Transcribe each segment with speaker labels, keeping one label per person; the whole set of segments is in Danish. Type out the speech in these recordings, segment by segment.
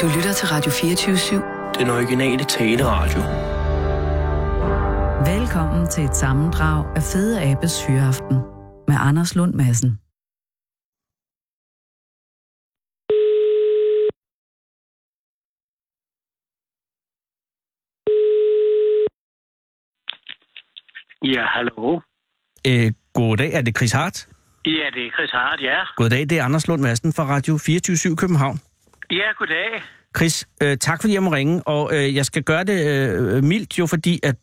Speaker 1: Du lytter til Radio 24
Speaker 2: Den originale taleradio.
Speaker 1: Velkommen til et sammendrag af Fede Abes Hyreaften med Anders Lund Madsen.
Speaker 3: Ja, hallo.
Speaker 4: Øh, goddag, er det Chris Hart?
Speaker 3: Ja, det er Chris Hart, ja.
Speaker 4: Goddag, det er Anders Lund Madsen fra Radio 24 København.
Speaker 3: Ja, goddag.
Speaker 4: Chris, øh, tak fordi jeg må ringe, og øh, jeg skal gøre det øh, mildt jo, fordi at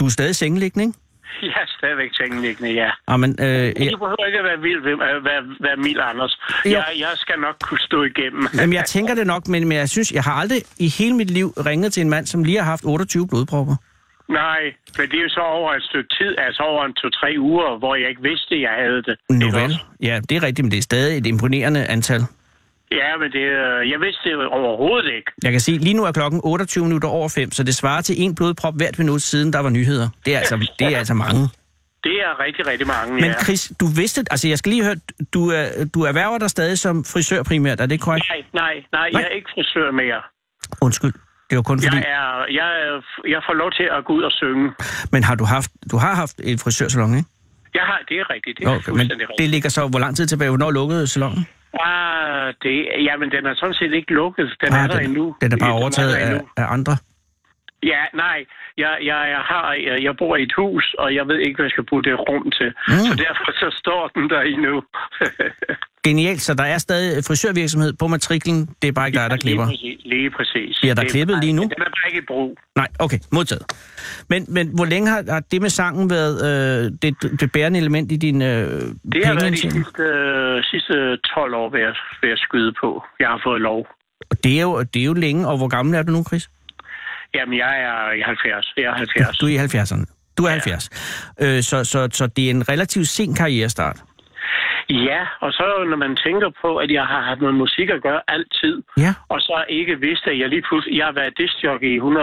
Speaker 4: du er stadig sengeliggende, ikke?
Speaker 3: Jeg er stadigvæk tænkende, ja.
Speaker 4: Jamen, øh,
Speaker 3: ja.
Speaker 4: jeg,
Speaker 3: Du behøver ikke at være vild ved øh, være, være mild, Anders.
Speaker 4: Jo.
Speaker 3: Jeg, jeg skal nok kunne stå igennem.
Speaker 4: jamen, jeg tænker det nok, men, men jeg synes, jeg har aldrig i hele mit liv ringet til en mand, som lige har haft 28 blodpropper.
Speaker 3: Nej, men det er jo så over et stykke tid, altså over en to-tre uger, hvor jeg ikke vidste, jeg havde det.
Speaker 4: Nu
Speaker 3: Ikke
Speaker 4: vel.
Speaker 3: også?
Speaker 4: Ja, det er rigtigt, men det er stadig et imponerende antal.
Speaker 3: Ja, men det, øh, jeg vidste det overhovedet ikke.
Speaker 4: Jeg kan sige, lige nu er klokken 28 minutter over 5, så det svarer til en blodprop hvert minut siden, der var nyheder. Det er altså, det er altså mange.
Speaker 3: Det er rigtig, rigtig mange,
Speaker 4: Men
Speaker 3: ja.
Speaker 4: Chris, du vidste, altså jeg skal lige høre, du, er, du erhverver dig stadig som frisør primært, er det korrekt?
Speaker 3: Nej, nej, nej, jeg er ikke frisør mere.
Speaker 4: Undskyld, det var kun fordi,
Speaker 3: Jeg, er, jeg, er- jeg får lov til at gå ud og synge.
Speaker 4: men har du haft, du har haft en frisørsalon, ikke?
Speaker 3: Jeg har, det er rigtigt, det er
Speaker 4: Okay, men
Speaker 3: fuldstændig rigtigt.
Speaker 4: det ligger så, hvor lang tid tilbage, hvornår lukkede salonen?
Speaker 3: Ah, det, jamen, den er sådan set ikke lukket. Den er der
Speaker 4: Ah, den,
Speaker 3: endnu.
Speaker 4: den er bare overtaget
Speaker 3: der
Speaker 4: af,
Speaker 3: endnu.
Speaker 4: af andre.
Speaker 3: Ja, nej. Jeg, jeg, jeg, har, jeg, jeg bor i et hus, og jeg ved ikke, hvad jeg skal bruge det rum til. Mm. Så derfor så står den der endnu.
Speaker 4: Genialt, så der er stadig frisørvirksomhed på matriklen, det er bare ikke dig, der klipper.
Speaker 3: Lige præcis. Lige præcis.
Speaker 4: Bliver der
Speaker 3: Det er
Speaker 4: klippet
Speaker 3: bare-
Speaker 4: lige nu?
Speaker 3: Den er bare ikke i brug.
Speaker 4: Nej, okay, modtaget. Men, men hvor længe har, har det med sangen været øh, det, det bærende element i din øh,
Speaker 3: Det har været de
Speaker 4: pengeindtjening?
Speaker 3: sidste, øh, sidste 12 år, vil jeg, vil jeg skyde på. Jeg har fået lov.
Speaker 4: Og Det er, jo, det er jo længe, og hvor gammel er du nu, Chris?
Speaker 3: Jamen, jeg er i 70. Jeg er 70.
Speaker 4: Du er i 70'erne. Du er ja. 70. Øh, så, så, så det er en relativt sen karrierestart.
Speaker 3: Ja, og så når man tænker på, at jeg har haft med musik at gøre altid,
Speaker 4: Ja.
Speaker 3: og så ikke vidste, at jeg lige pludselig, jeg har været discjockey i 150.000 år,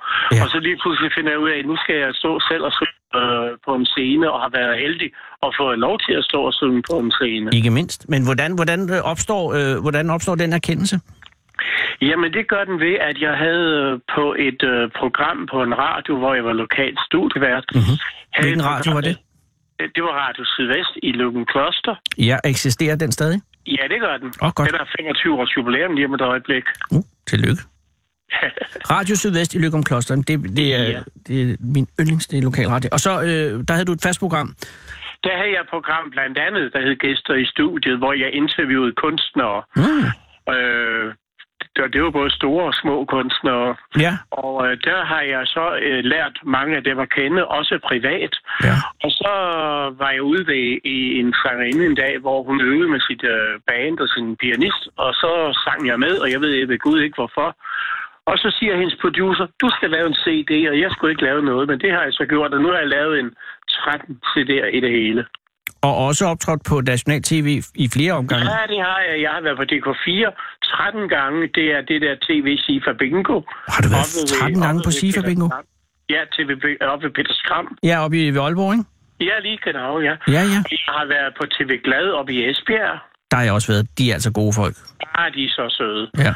Speaker 4: Ja.
Speaker 3: ja. og så lige pludselig finder jeg ud af, at nu skal jeg stå selv og synge øh, på en scene, og har været heldig og fået lov til at stå og synge på en scene.
Speaker 4: Ikke mindst. Men hvordan, hvordan, øh, opstår, øh, hvordan opstår den erkendelse?
Speaker 3: Jamen, det gør den ved, at jeg havde øh, på et øh, program på en radio, hvor jeg var lokal studievært. Mm-hmm.
Speaker 4: Mhm. Hvilken radio var det?
Speaker 3: Det var Radio Sydvest i Løkken Kloster.
Speaker 4: Ja, eksisterer den stadig?
Speaker 3: Ja, det gør den.
Speaker 4: Åh, godt.
Speaker 3: Den er 25 års jubilæum lige om et øjeblik.
Speaker 4: Uh, tillykke. Radio Sydvest i Lykke om Klosteren, det, det, er,
Speaker 3: Ja.
Speaker 4: det er min yndlings, det er lokalradio. Og så, øh, der havde du et fast program.
Speaker 3: Der havde jeg et program blandt andet, der hed Gæster i studiet, hvor jeg interviewede kunstnere.
Speaker 4: Mm.
Speaker 3: Øh, det- det var både store og små kunstnere.
Speaker 4: Ja,
Speaker 3: Og øh, der har jeg så øh, lært mange af dem at kende, også privat.
Speaker 4: Ja.
Speaker 3: Og så var jeg ude ved, i en sangerinde en dag, hvor hun øvede med sit øh, band og sin pianist, og så sang jeg med, og jeg ved ved Gud ikke hvorfor. Og så siger hendes producer, du skal lave en CD, og jeg skulle ikke lave noget, men det har jeg så gjort, og nu har jeg lavet en 13 CD'er i det hele.
Speaker 4: og også optrådt på National TV i flere omgange.
Speaker 3: Ja, det har jeg. Jeg har været på DK4 13 gange. Det er det der tv Sifa Bingo.
Speaker 4: Har du været
Speaker 3: Oppe ved-
Speaker 4: 13 gange
Speaker 3: oppe
Speaker 4: på
Speaker 3: ved
Speaker 4: Sifa
Speaker 3: Peter
Speaker 4: Bingo?
Speaker 3: Skram. Ja, TV Bi- oppe ved Peter Skram.
Speaker 4: Ja, oppe i ved Aalborg, ikke?
Speaker 3: Ja, lige genau, ja.
Speaker 4: Ja, ja.
Speaker 3: Jeg har været på TV Glad oppe i Esbjerg.
Speaker 4: Der har jeg også været. De er altså gode folk.
Speaker 3: Ah, de er så søde.
Speaker 4: Ja.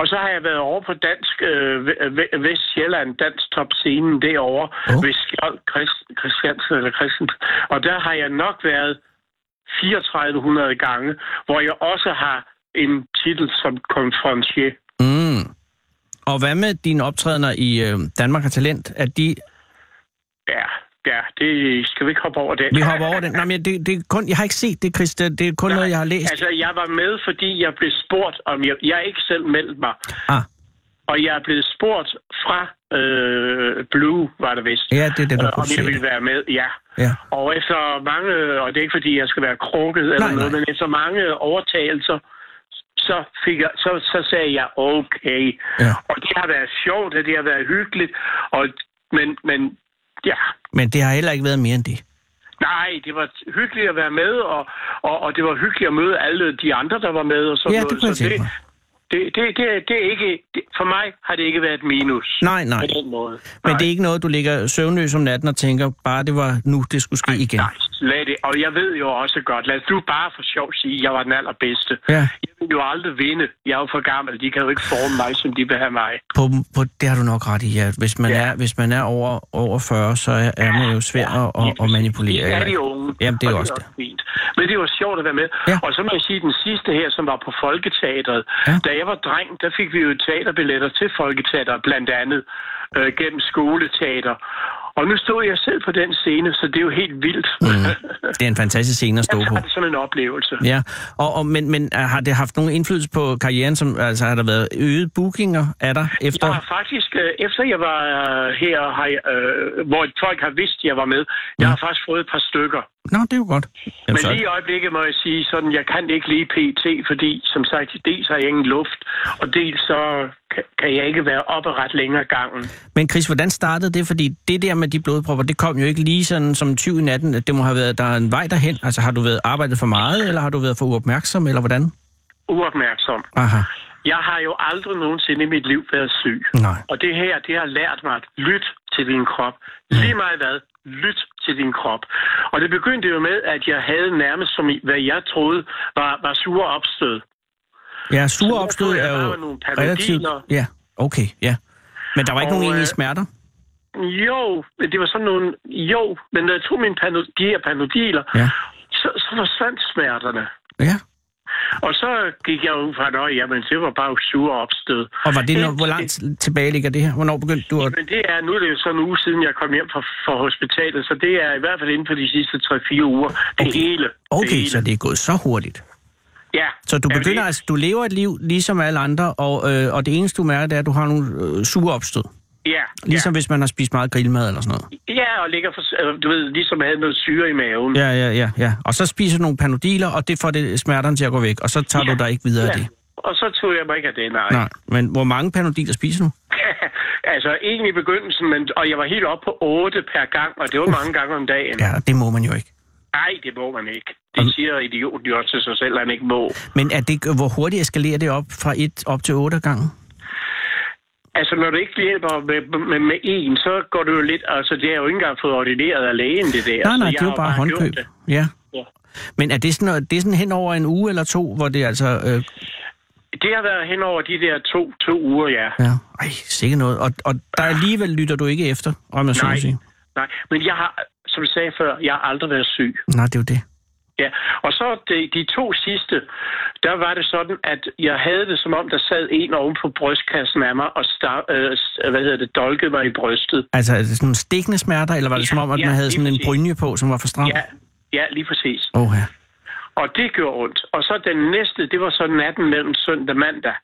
Speaker 3: Og så har jeg været over på Dansk øh, Ve- Ve- Vestjylland, Dansk Top Scenen derovre,
Speaker 4: Åh.
Speaker 3: oh. ved Skjold Christ, Christiansen eller Christensen. Og der har jeg nok været 3400 gange, hvor jeg også har en titel som konferencier.
Speaker 4: Mm. Og hvad med dine optrædener i øh, Danmark har talent? At de,
Speaker 3: Ja, ja, det skal vi ikke hoppe over den.
Speaker 4: vi hopper over den. Nej, men det, det er kun, jeg har ikke set det, Chris. Det, det er kun
Speaker 3: Nej,
Speaker 4: noget, jeg har læst.
Speaker 3: Altså, jeg var med, fordi jeg blev spurgt om... Jeg, jeg er ikke selv meldt mig.
Speaker 4: Ah,
Speaker 3: Og jeg er blevet spurgt fra øh, Blue, var det vist.
Speaker 4: ja, det er det,
Speaker 3: øh,
Speaker 4: der
Speaker 3: om jeg
Speaker 4: producerer
Speaker 3: ville
Speaker 4: det.
Speaker 3: være med, ja.
Speaker 4: Ja.
Speaker 3: Og efter mange... Og det er ikke, fordi jeg skal være krukket eller
Speaker 4: Nej,
Speaker 3: noget,
Speaker 4: nej.
Speaker 3: men efter mange overtagelser, så, fik jeg, så, så sagde jeg, okay.
Speaker 4: Ja.
Speaker 3: Og det har været sjovt, og det har været hyggeligt. Og, men, men ja,
Speaker 4: Men det har heller ikke været mere end det.
Speaker 3: Nej, det var hyggeligt at være med, og, og, og det var hyggeligt at møde alle de andre, der var med. Og sådan
Speaker 4: Ja, det
Speaker 3: noget.
Speaker 4: kunne jeg
Speaker 3: så det,
Speaker 4: tænke mig.
Speaker 3: det, det, det, det er ikke... Det, for mig har det ikke været et minus.
Speaker 4: Nej, nej.
Speaker 3: På den måde.
Speaker 4: Men det er ikke noget, du ligger søvnløs om natten og tænker, bare det var nu, det skulle ske igen.
Speaker 3: Nej, slet ikke. Og jeg ved jo også godt, lad os nu bare for sjov sige, at jeg var den allerbedste.
Speaker 4: Ja.
Speaker 3: Jeg kan jo aldrig vinde. Jeg er jo for gammel. De kan jo ikke forme mig, som de vil have mig.
Speaker 4: På, på, det har du nok ret i, ja. Hvis man, ja. er, hvis man er over, over 40, så er, er man jo svær ja, at, at manipulere.
Speaker 3: Det er de
Speaker 4: ikke?
Speaker 3: unge.
Speaker 4: Jamen, det er
Speaker 3: og
Speaker 4: jo også
Speaker 3: det. Fint. Men det var sjovt at være med.
Speaker 4: Ja.
Speaker 3: Ja. Og så må jeg sige, den sidste her, som var på Folketeatret.
Speaker 4: Ja.
Speaker 3: Ja. Da jeg var dreng, der fik vi jo teaterbilletter til Folketeatret, blandt andet øh, gennem skoleteater. Og nu stod jeg selv på den scene, så det er jo helt vildt. Mm.
Speaker 4: Det er en fantastisk scene at stå
Speaker 3: jeg
Speaker 4: på.
Speaker 3: tager det som en oplevelse.
Speaker 4: Ja, og, og, men, men øh, har det haft nogen indflydelse på karrieren? Som, altså, har der været øget bookinger af dig efter?
Speaker 3: Jeg har faktisk, øh, efter jeg var øh, her, har jeg, øh, hvor folk har vidst, at jeg var med, jeg
Speaker 4: Mm.
Speaker 3: har faktisk fået et par stykker.
Speaker 4: Nå, det er jo godt. Jamen,
Speaker 3: Men
Speaker 4: så,
Speaker 3: lige i øjeblikket må jeg sige sådan, jeg kan ikke lige PT, fordi som sagt, dels har jeg ingen luft, og dels så kan, kan jeg ikke være oppe ret længere af gangen.
Speaker 4: men Chris, hvordan startede det? Fordi det der med de blodpropper, det kom jo ikke lige sådan som 20 i natten. at Det må have været, der er en vej derhen. Altså, har du været arbejdet for meget, eller har du været for uopmærksom, eller hvordan?
Speaker 3: Uopmærksom.
Speaker 4: Aha,
Speaker 3: Jeg har jo aldrig nogensinde i mit liv været syg.
Speaker 4: nej.
Speaker 3: Og det her, det har lært mig at lytte til din krop. Lige meget hvad, lyt til din krop. Og det begyndte jo med, at jeg havde nærmest som i, hvad jeg troede var, var sure opstød.
Speaker 4: Ja, sure
Speaker 3: troede,
Speaker 4: opstød
Speaker 3: jeg
Speaker 4: er
Speaker 3: bare
Speaker 4: jo
Speaker 3: var nogle Panodil
Speaker 4: relativt...
Speaker 3: og-
Speaker 4: Ja, okay, ja. Men der var ikke
Speaker 3: Og,
Speaker 4: nogen egentlige
Speaker 3: øh,
Speaker 4: smerter?
Speaker 3: Jo, men det var sådan nogle, jo, men når jeg tog mine pano- de her panodiler,
Speaker 4: Ja.
Speaker 3: så, så forsvandt smerterne.
Speaker 4: Ja.
Speaker 3: Og så gik jeg ud fra, at jamen, det var bare sure opstød.
Speaker 4: Og var det, når,
Speaker 3: Indtil-
Speaker 4: hvor langt tilbage ligger det her? Hvornår begyndte du at...
Speaker 3: Men det er, nu er det jo sådan en uge siden, jeg kom hjem fra, fra hospitalet, så det er i hvert fald inden for de sidste 3-4 uger. Det
Speaker 4: Okay.
Speaker 3: hele. det
Speaker 4: Okay,
Speaker 3: hele.
Speaker 4: så det er gået så hurtigt.
Speaker 3: Ja.
Speaker 4: Så du
Speaker 3: Jamen,
Speaker 4: begynder
Speaker 3: det-
Speaker 4: altså, du lever et liv ligesom alle andre, og, øh, og det eneste du mærker, det er, at du har nogle øh, sure opstød.
Speaker 3: Ja,
Speaker 4: Ligesom ja. hvis man har spist meget grillmad eller sådan noget.
Speaker 3: ja. ja, og ligger for, øh, du ved, ligesom havde noget syre i maven.
Speaker 4: Ja, ja, ja, ja. Og så spiser du nogle panodiler, og det får det smerterne til at gå væk, og så tager ja. du dig ikke videre ja. af det.
Speaker 3: Og så tog jeg mig ikke af det, nej.
Speaker 4: Nej, men hvor mange panodiler spiser du?
Speaker 3: altså, egentlig i begyndelsen, men, og jeg var helt oppe på 8 per gang, og det var mange gange om dagen.
Speaker 4: Ja, det må man jo ikke.
Speaker 3: Nej, det må man ikke. Det siger idioten jo også til sig selv, at han ikke må.
Speaker 4: Men er det, hvor hurtigt eskalerer det op fra 1 op til 8 gange?
Speaker 3: Altså, når du ikke hjælper med, med, med en, så går det jo lidt... Altså, det har jeg jo ikke engang fået ordineret af lægen, det der.
Speaker 4: Nej,
Speaker 3: Så
Speaker 4: nej,
Speaker 3: jeg
Speaker 4: det er
Speaker 3: har
Speaker 4: jo bare
Speaker 3: gjort
Speaker 4: håndkøb.
Speaker 3: det.
Speaker 4: Ja.
Speaker 3: Ja.
Speaker 4: Men er det sådan, det er sådan hen over en uge eller to, hvor det altså... Øh,
Speaker 3: Det har været hen over de der to, to uger, ja.
Speaker 4: ja, ej, sikkert noget. Og, og der alligevel lytter du ikke efter, om jeg så må
Speaker 3: Nej.
Speaker 4: sige.
Speaker 3: Nej, men jeg har, som jeg sagde før, jeg har aldrig været syg.
Speaker 4: Nej, det er jo det.
Speaker 3: Ja, og så de, de to sidste, der var det sådan, at jeg havde det som om, der sad en oven på brystkassen af mig og star, øh, s- hvad hedder det, dolkede mig i brystet.
Speaker 4: Altså, er det sådan nogle stikkende smerter, eller var det
Speaker 3: Ja,
Speaker 4: som om, at
Speaker 3: ja,
Speaker 4: man havde
Speaker 3: lige
Speaker 4: sådan en
Speaker 3: præcis.
Speaker 4: brynje på, som var for stram?
Speaker 3: Ja, ja, lige præcis.
Speaker 4: Åh, ja.
Speaker 3: Og det gjorde ondt. Og så den næste, det var så natten mellem søndag og mandag.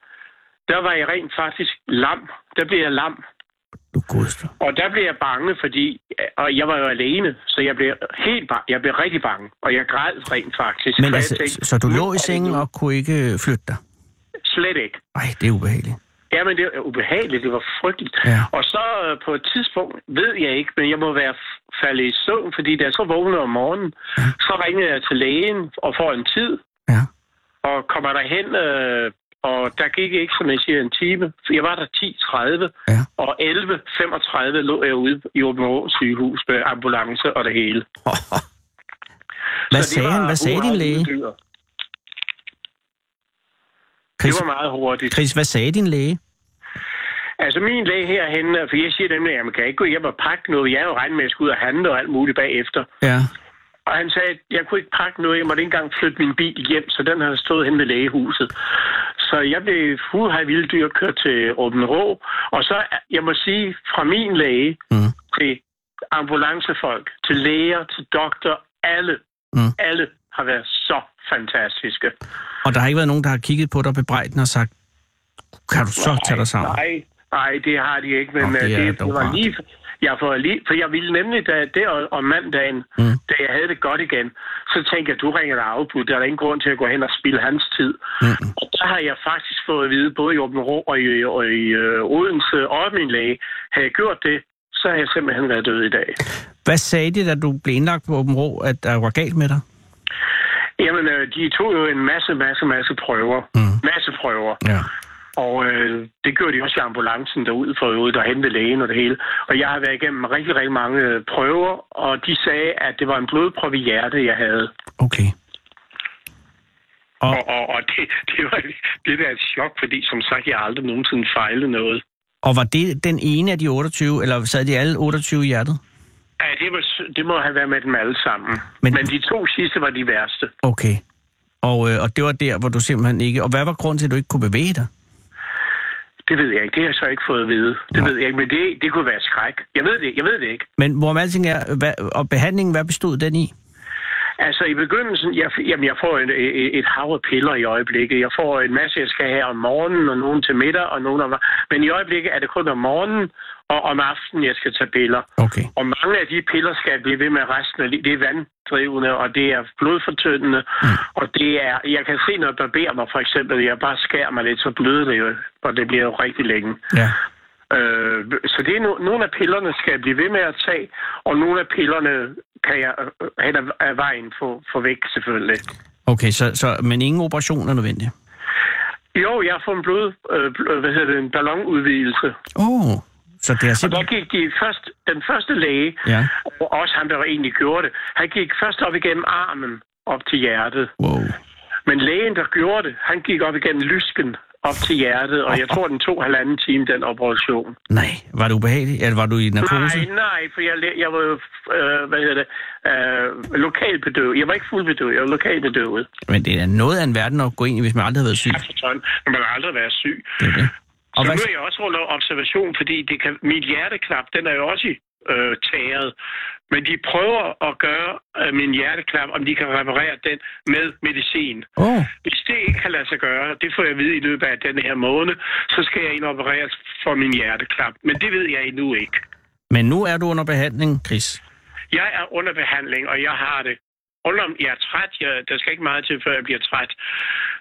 Speaker 3: Der var jeg rent faktisk lam. Der blev jeg lam.
Speaker 4: Du godeste.
Speaker 3: Og der blev jeg bange, fordi... øh, Og jeg var jo alene, så jeg blev helt bange. Jeg blev rigtig bange. Og jeg græd rent faktisk.
Speaker 4: Men
Speaker 3: For
Speaker 4: altså,
Speaker 3: jeg tænkte,
Speaker 4: så du
Speaker 3: nu
Speaker 4: lå
Speaker 3: er
Speaker 4: i
Speaker 3: det
Speaker 4: sengen
Speaker 3: nu.
Speaker 4: og kunne ikke øh, flytte dig?
Speaker 3: Slet ikke.
Speaker 4: Ej, det er ubehageligt.
Speaker 3: Jamen, det var ubehageligt. Det var frygteligt.
Speaker 4: Ja.
Speaker 3: Og så øh, på et tidspunkt, ved jeg ikke, men jeg må være f- faldet i søvn, fordi da jeg så vågnede om morgenen, så ringede jeg til lægen og får en tid.
Speaker 4: Ja.
Speaker 3: og kommer derhen, øh, og der gik ikke, som jeg siger, en time. Jeg var der 10.30,
Speaker 4: Ja.
Speaker 3: og 11.35 lå jeg ude i Åben Aarhus sygehus med ambulance og det hele.
Speaker 4: Hvad
Speaker 3: Så det
Speaker 4: sagde
Speaker 3: var
Speaker 4: han? Hvad sagde din
Speaker 3: hurra,
Speaker 4: læge?
Speaker 3: ude i dyr. Det
Speaker 4: Chris,
Speaker 3: var meget hurtigt.
Speaker 4: Chris, hvad sagde din læge?
Speaker 3: Altså min læge herhen, øh, for jeg siger nemlig, at man kan ikke gå hjem og pakke noget. Jeg er jo regnet med, at jeg skulle ud og handle og alt muligt bagefter.
Speaker 4: Ja.
Speaker 3: Og han sagde, at jeg kunne ikke pakke noget. Jeg måtte ikke engang flytte min bil hjem, så den havde stået hen ved lægehuset. Så jeg blev fuldhej vilddyr kørt til Åben Rå. Og så, jeg må sige, fra min læge
Speaker 4: Mm.
Speaker 3: mm. til ambulancefolk, til læger, til doktor, alle,
Speaker 4: Mm.
Speaker 3: mm. alle har været så fantastiske.
Speaker 4: Og der har ikke været nogen, der har kigget på dig bebrejden og sagt, kan du så tage dig sammen?
Speaker 3: Nej, nej, det har de ikke, men
Speaker 4: Nå,
Speaker 3: Nå,
Speaker 4: det
Speaker 3: det,
Speaker 4: er
Speaker 3: det,
Speaker 4: dog
Speaker 3: det var
Speaker 4: rart.
Speaker 3: lige... Jeg får lige, for jeg ville nemlig, da det og, og mandagen, mm.
Speaker 4: Mm.
Speaker 3: da jeg havde det godt igen, så tænkte jeg, du ringer dig afbudt, der er der ingen grund til at gå hen og spille hans tid.
Speaker 4: Mm-mm.
Speaker 3: Og der har jeg faktisk fået at vide, både i Åben Rå og i, og i øh, Odense og af min læge, havde jeg gjort det, så havde jeg simpelthen været død i dag.
Speaker 4: Hvad sagde de, da du blev indlagt på Åben Rå, at der var galt med dig?
Speaker 3: Jamen, øh, de tog jo en masse, masse, masse prøver.
Speaker 4: Mm.
Speaker 3: Masse prøver.
Speaker 4: Ja.
Speaker 3: Og øh, det gjorde de også i ambulancen derude for øvrigt, der hente lægen og det hele. Og jeg har været igennem rigtig, rigtig mange øh, prøver, og de sagde, at det var en blodprop i hjertet, jeg havde.
Speaker 4: Okay. Og-
Speaker 3: Og, og, og, og det, det var det der et chok, fordi som sagt, jeg har aldrig nogensinde fejlet noget.
Speaker 4: Og var det den ene af de 28, eller sad de alle 28 i hjertet?
Speaker 3: Ja, det, var, s- det må have været med dem alle sammen.
Speaker 4: Men-
Speaker 3: Men, Men de to sidste var de værste.
Speaker 4: Okay. Og, øh, og det var der, hvor du simpelthen ikke... Og hvad var grunden til, at du ikke kunne bevæge dig?
Speaker 3: Det ved jeg ikke. Det har jeg så ikke fået at vide. Det ved jeg ikke, men det, det kunne være skræk. Jeg ved det, jeg ved det ikke.
Speaker 4: Men hvorom alting er, hvad, og behandlingen, hvad bestod den i?
Speaker 3: Altså i begyndelsen, jeg, f- jamen, jeg får en, et, et hav af piller i øjeblikket. Jeg får en masse, jeg skal have om morgenen, og nogen til middag, og nogen om... Men i øjeblikket er det kun om morgenen, og om aftenen, jeg skal tage piller.
Speaker 4: Okay.
Speaker 3: Og mange af de piller skal jeg blive ved med resten af livet. Det er vanddrivende, og det er blodfortyndende. Mm. Og det er, jeg kan se, når jeg barberer mig for eksempel, jeg bare skærer mig lidt, så bløder det jo, og det bliver jo rigtig længe.
Speaker 4: Ja.
Speaker 3: Øh, så det er no, nogle af pillerne skal jeg blive ved med at tage, og nogle af pillerne kan jeg øh, hen ad- ad vejen få, få væk selvfølgelig.
Speaker 4: Okay, så, så, men ingen operation er nødvendig?
Speaker 3: Jo, jeg har fået en blod, øh, bl- hvad hedder det, en ballonudvidelse.
Speaker 4: Åh, oh, så det er
Speaker 3: Og der
Speaker 4: simpelthen...
Speaker 3: gik de først, den første læge,
Speaker 4: Ja.
Speaker 3: og også ham, der egentlig gjorde det, han gik først op igennem armen op til hjertet.
Speaker 4: Wow.
Speaker 3: Men lægen, der gjorde det, han gik op igennem lysken op til hjertet, og jeg tror, den tog halvanden time, den operation.
Speaker 4: Nej, var det ubehageligt? Eller var du i narkose?
Speaker 3: Nej, nej, for jeg, læ- jeg var jo, øh, hvad hedder det, øh, lokalbedøvet. Jeg var ikke fuldbedøvet, jeg var lokalbedøvet.
Speaker 4: Men det er noget af en verden at gå ind i, hvis man aldrig har været syg.
Speaker 3: Ja, for Altså, sådan. Man har aldrig været syg.
Speaker 4: Det er det. Og
Speaker 3: Og så
Speaker 4: hvad,
Speaker 3: nu er jeg også under observation, fordi det kan, min hjerteklap, den er jo også øh, tæret. Men de prøver at gøre øh, min hjerteklap, om de kan reparere den med medicin.
Speaker 4: oh,
Speaker 3: Hvis det ikke kan lade sig gøre, det får jeg at vide i løbet af den her måned, så skal jeg indopereres for min hjerteklap. Men det ved jeg endnu ikke.
Speaker 4: men nu er du under behandling, Chris.
Speaker 3: Jeg er under behandling, og jeg har det. Undom, jeg er træt. Jeg, der skal ikke meget til, før jeg bliver træt.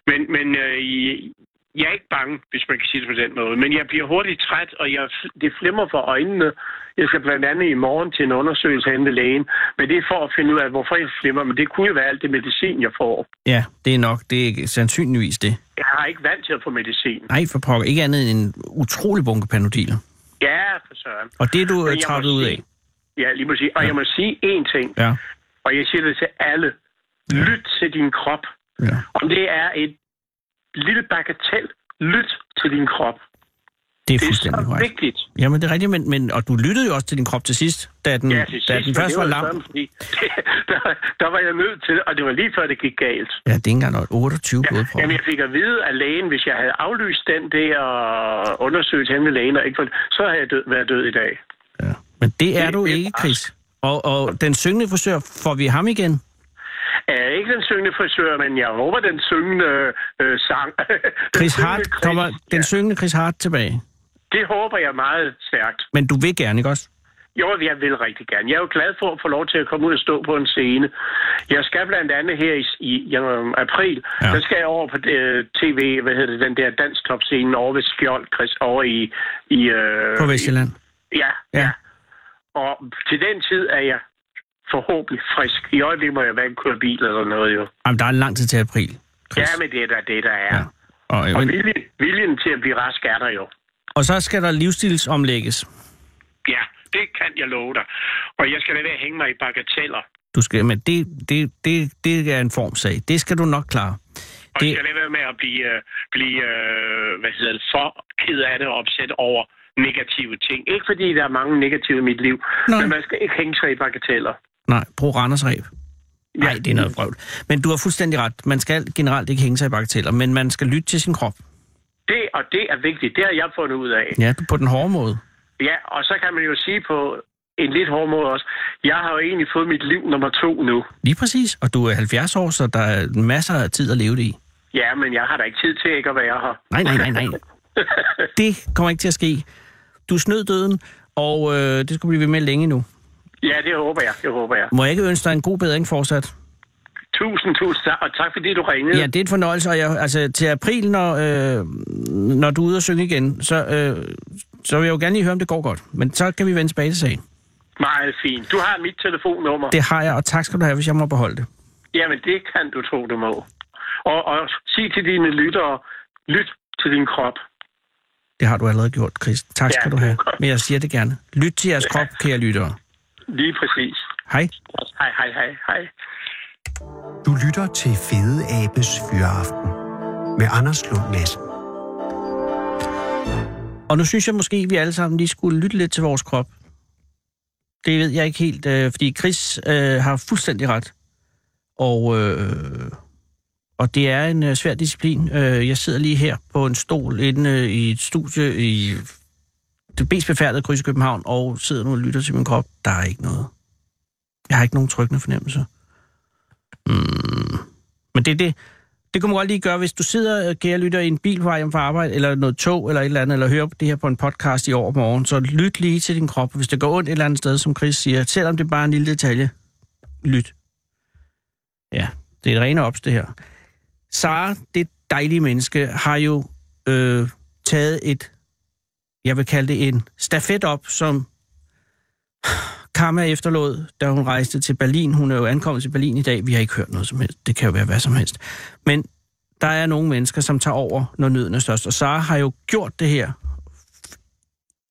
Speaker 3: Men, men øh, i- jeg er ikke bange, hvis man kan sige det på den måde. Men jeg bliver hurtigt træt, og jeg, det flimmer for øjnene. Jeg skal blandt andet i morgen til en undersøgelse hen ved lægen. Men det er for at finde ud af, hvorfor jeg flimmer. Men det kunne jo være alt det medicin, jeg får.
Speaker 4: Ja, det er nok. Det er ikke- sandsynligvis det.
Speaker 3: Jeg har ikke vant til at få medicin.
Speaker 4: Nej, for pokker. Ikke andet end en utrolig bunke panodiler.
Speaker 3: Ja, for søren.
Speaker 4: Og det er du
Speaker 3: Men
Speaker 4: øh,
Speaker 3: jeg må
Speaker 4: træt ud af.
Speaker 3: sige- Ja, lige præcis. Og jeg må sige én ting.
Speaker 4: Ja.
Speaker 3: Og jeg siger det til alle. Lyt til din krop.
Speaker 4: ja.
Speaker 3: Om det er et lille bagatel, lyt til din krop.
Speaker 4: Det er
Speaker 3: Det er
Speaker 4: fuldstændig
Speaker 3: så
Speaker 4: korrekt.
Speaker 3: vigtigt.
Speaker 4: Jamen, det er rigtigt, men, men, og du lyttede jo også til din krop til sidst, da den,
Speaker 3: Ja, til sidst,
Speaker 4: Mm. da den
Speaker 3: men
Speaker 4: først
Speaker 3: det
Speaker 4: var
Speaker 3: jo
Speaker 4: lam.
Speaker 3: sådan, fordi det, der, der var jeg nødt til det, og det var lige før, det gik galt.
Speaker 4: Ja, det er ikke engang noget. 28 ja, blodprøver.
Speaker 3: Jamen, jeg fik at vide af lægen, hvis jeg havde aflyst den der undersøgelse hen ved lægen, og ikke for, så havde jeg død, været død i dag.
Speaker 4: Ja. Men det er
Speaker 3: Det-
Speaker 4: du
Speaker 3: det er
Speaker 4: ikke,
Speaker 3: pres.
Speaker 4: Chris. Og, og den syngende frisør, får vi ham igen?
Speaker 3: Jeg er ikke den syngende frisør, men jeg håber den syngende øh, sang. den
Speaker 4: Chris
Speaker 3: syngende
Speaker 4: Hart kommer den syngende Chris Hart tilbage.
Speaker 3: Det håber jeg meget stærkt.
Speaker 4: Men du vil gerne, ikke også?
Speaker 3: Jo, jeg vil rigtig gerne. Jeg er jo glad for at få lov til at komme ud og stå på en scene. Jeg skal blandt andet her i, i, i øh, april,
Speaker 4: Ja.
Speaker 3: ja. der skal jeg over på øh, tv, hvad hedder det, den der danstopscenen over ved Skjold, Chris, over i... i øh,
Speaker 4: På Vestjylland.
Speaker 3: i- Ja,
Speaker 4: Ja.
Speaker 3: ja. Og til den tid er jeg forhåbentlig frisk. I øjeblikket må jeg hverken køre bil eller noget, jo.
Speaker 4: Jamen, der er lang tid til april,
Speaker 3: Ja,
Speaker 4: Chris.
Speaker 3: men det er da det, der er.
Speaker 4: Ja.
Speaker 3: Ja.
Speaker 4: Og,
Speaker 3: Og
Speaker 4: men,
Speaker 3: viljen, viljen til at blive rask er der jo.
Speaker 4: og så skal der livsstilsomlægges.
Speaker 3: Ja, det kan jeg love dig. Og jeg skal lade være at hænge mig i bagateller.
Speaker 4: Du skal, men det, det, det, det er en formsag. Det skal du nok klare.
Speaker 3: Og
Speaker 4: Det-
Speaker 3: det... skal det være med at blive, øh, blive øh, hvad hedder det, for ked af det og opsat over negative ting. Ikke fordi der er mange negative i mit liv,
Speaker 4: Nej.
Speaker 3: Nej. men man skal ikke hænge sig i bagateller.
Speaker 4: Nej, brug Randers Ræb. Nej, det er noget vrøvl. Men du har fuldstændig ret. Man skal generelt ikke hænge sig i bagateller, men man skal lytte til sin krop.
Speaker 3: Det og det er vigtigt, det har jeg fundet ud af.
Speaker 4: Ja, på den hårde måde.
Speaker 3: Ja, og så kan man jo sige på en lidt hård måde også, jeg har jo egentlig fået mit liv nummer to nu.
Speaker 4: Lige præcis. Og du er 70 år, så der er masser af tid at leve det i.
Speaker 3: Ja, men jeg har da ikke tid til ikke at være her.
Speaker 4: Nej, nej, nej, nej. Det kommer ikke til at ske. Du snød døden, og øh, det skal blive ved med længe nu.
Speaker 3: Ja, det håber jeg, det håber jeg.
Speaker 4: Må jeg ikke ønske dig en god bedring fortsat?
Speaker 3: Tusind, tusind tak, og tak fordi du ringede.
Speaker 4: Ja, det er en fornøjelse, og jeg, altså, til april, når, øh, når du er ude og synge igen, så, øh, så vil jeg jo gerne lige høre, om det går godt. Men så kan vi vende tilbage til sagen.
Speaker 3: Meget fint. Du har mit telefonnummer.
Speaker 4: Det har jeg, og tak skal du have, hvis jeg må beholde det.
Speaker 3: Jamen, det kan du tro, du må. Og, og sig til dine lyttere, lyt til din krop.
Speaker 4: Det har du allerede gjort, Chris. Tak skal
Speaker 3: Ja,
Speaker 4: du have.
Speaker 3: det er godt.
Speaker 4: Men jeg siger det gerne. Lyt til jeres krop, kære lyttere.
Speaker 3: Lige præcis.
Speaker 4: Hej.
Speaker 3: Hej, hej, hej, hej.
Speaker 5: Du lytter til Fede Abes Fyraften med Anders Lund Madsen.
Speaker 4: Og nu synes jeg måske, vi alle sammen lige skulle lytte lidt til vores krop. Det ved jeg ikke helt, øh, fordi Chris øh, har fuldstændig ret. Og, øh, og det er en øh, svær disciplin. Øh, jeg sidder lige her på en stol inde øh, i et studie i det bedst befærdede kryds i København, og sidder nu og lytter til min krop. Der er ikke noget. Jeg har ikke nogen trykkende fornemmelse. Mm. Men det er det. Det kunne man godt lige gøre, hvis du sidder, øh, kære lytter, i en bil på vej hjem fra arbejde, eller noget tog, eller et eller andet, eller hører det her på en podcast i over morgen, så lyt lige til din krop. Hvis det går ondt et eller andet sted, som Chris siger, selvom det er bare er en lille detalje, lyt. Ja, det er et rene ops, det her. Sara, det dejlige menneske, har jo øh, taget et, jeg vil kalde det en stafet op, som Karma efterlod, da hun rejste til Berlin. Hun er jo ankommet til Berlin i dag. Vi har ikke hørt noget som helst. Det kan jo være hvad som helst. Men der er nogle mennesker, som tager over, når nøden er størst. Og Sara har jo gjort det her,